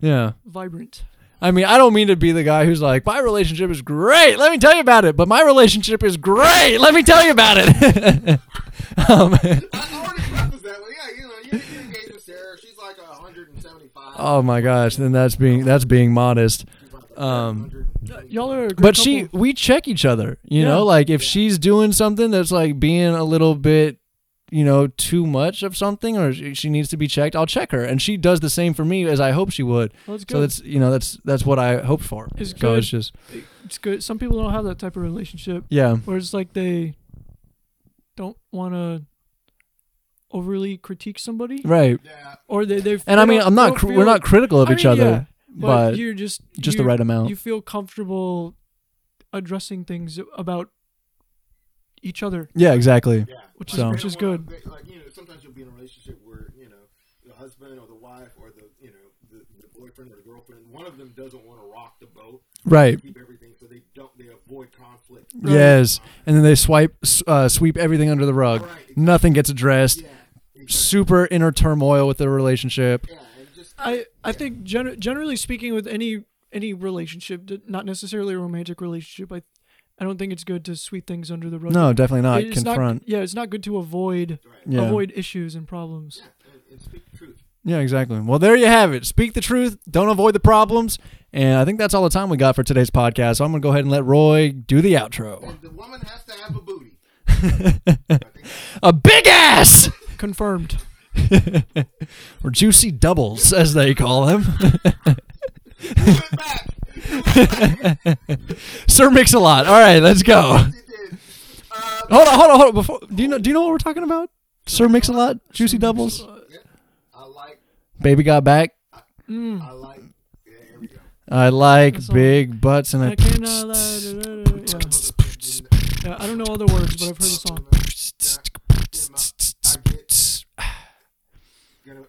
[SPEAKER 1] Yeah.
[SPEAKER 3] Vibrant.
[SPEAKER 1] I mean, I don't mean to be the guy who's like, my relationship is great. Let me tell you about it. But my relationship is great. Let me tell you about it. um,
[SPEAKER 2] I already prefaced that. Well, yeah, you know, you're, you're engaged with Sarah. She's like 175.
[SPEAKER 1] oh my gosh, then that's being that's being modest. Um,
[SPEAKER 3] Y'all are a great
[SPEAKER 1] but she,
[SPEAKER 3] couple.
[SPEAKER 1] we check each other. You
[SPEAKER 3] Yeah.
[SPEAKER 1] know, like if she's doing something that's like being a little bit, you know, too much of something, or she she needs to be checked, I'll check her, and she does the same for me as I hope she would.
[SPEAKER 3] Well, that's
[SPEAKER 1] So
[SPEAKER 3] good.
[SPEAKER 1] that's you know that's that's what I hoped for.
[SPEAKER 3] It's
[SPEAKER 1] so
[SPEAKER 3] good.
[SPEAKER 1] it's just
[SPEAKER 3] it's good. Some people don't have that type of relationship.
[SPEAKER 1] yeah,
[SPEAKER 3] where it's like they don't want to overly critique somebody,
[SPEAKER 1] right.
[SPEAKER 2] Yeah.
[SPEAKER 3] or they they.
[SPEAKER 1] And I mean, I'm not cr- we're not critical of each other, but
[SPEAKER 3] you're just
[SPEAKER 1] just
[SPEAKER 3] you-
[SPEAKER 1] the right amount.
[SPEAKER 3] You feel comfortable addressing things about each other,
[SPEAKER 1] yeah, exactly.
[SPEAKER 2] Yeah.
[SPEAKER 3] which
[SPEAKER 1] So-
[SPEAKER 3] is which is good.
[SPEAKER 2] Like, you know, sometimes you'll be in a relationship where, you know, the husband or the wife or the, you know, the, the boyfriend or the girlfriend, one of them doesn't want to rock the boat,
[SPEAKER 1] Right.
[SPEAKER 2] keep everything, so they don't, they avoid conflict.
[SPEAKER 1] Yes. And then they swipe s- uh, sweep everything under the rug.
[SPEAKER 2] Right.
[SPEAKER 1] Nothing gets addressed.
[SPEAKER 2] Yeah.
[SPEAKER 1] Super inner turmoil with their relationship.
[SPEAKER 2] Yeah, and just
[SPEAKER 3] I I think gen- generally speaking, with any any relationship, d- not necessarily a romantic relationship, I I don't think it's good to sweep things under the rug.
[SPEAKER 1] No, definitely not.
[SPEAKER 3] It's not-
[SPEAKER 1] Confront.
[SPEAKER 3] yeah, it's not good to avoid
[SPEAKER 1] Yeah.
[SPEAKER 3] avoid issues and problems.
[SPEAKER 2] and, and speak the truth.
[SPEAKER 1] Yeah, exactly. Well, there you have it. Speak the truth. Don't avoid the problems. And I think that's all the time we got for today's podcast. So I'm gonna go ahead and let Roy do the outro.
[SPEAKER 2] And the woman has to have a booty.
[SPEAKER 1] A big ass.
[SPEAKER 3] Confirmed.
[SPEAKER 1] or juicy doubles as they call them.
[SPEAKER 2] back.
[SPEAKER 1] Sir Mix-a-Lot. All right, let's go.
[SPEAKER 2] It is. Uh,
[SPEAKER 1] Hold on, hold on, hold on. Before, do you know? Do you know what we're talking about? Sir Mix a Lot, Juicy Doubles,
[SPEAKER 2] I like,
[SPEAKER 1] Baby Got Back.
[SPEAKER 2] I like. Yeah, here we go.
[SPEAKER 1] I like
[SPEAKER 3] That's all.
[SPEAKER 1] big butts and
[SPEAKER 3] I
[SPEAKER 1] I.
[SPEAKER 3] cannot lie. da, da, da, yeah. Yeah, I don't know all the words, but I've heard the song.
[SPEAKER 2] I get. Gonna,
[SPEAKER 1] We're-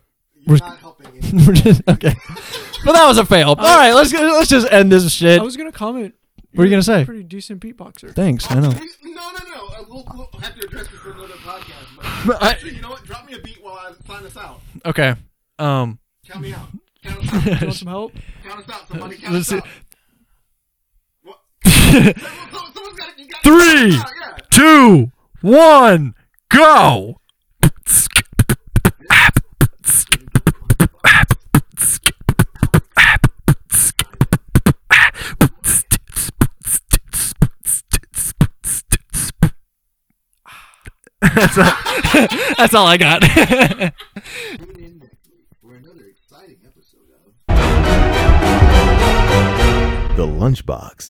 [SPEAKER 2] you're not helping. Anymore.
[SPEAKER 1] We're just- okay, but that was a fail. All right, let's go- let's just end this shit.
[SPEAKER 3] I was gonna comment.
[SPEAKER 1] What are you
[SPEAKER 3] You're
[SPEAKER 1] gonna say?
[SPEAKER 3] Pretty decent beatboxer.
[SPEAKER 1] Thanks, I know.
[SPEAKER 2] No, no, no. Uh, We'll, we'll have to address this for another podcast. But actually,
[SPEAKER 1] I-
[SPEAKER 2] you know what? Drop me a beat while I sign us out.
[SPEAKER 1] okay, um,
[SPEAKER 2] Count me out. Count us out.
[SPEAKER 3] You want some help?
[SPEAKER 2] Count us out. Somebody count
[SPEAKER 1] Let's see.
[SPEAKER 2] us out. What? Someone- someone's gotta- you gotta-
[SPEAKER 1] Three.
[SPEAKER 2] Yeah, yeah.
[SPEAKER 1] two, one, go. That's all, that's all I got.
[SPEAKER 2] Tune in next week for another exciting episode of.
[SPEAKER 4] The Lunchbox.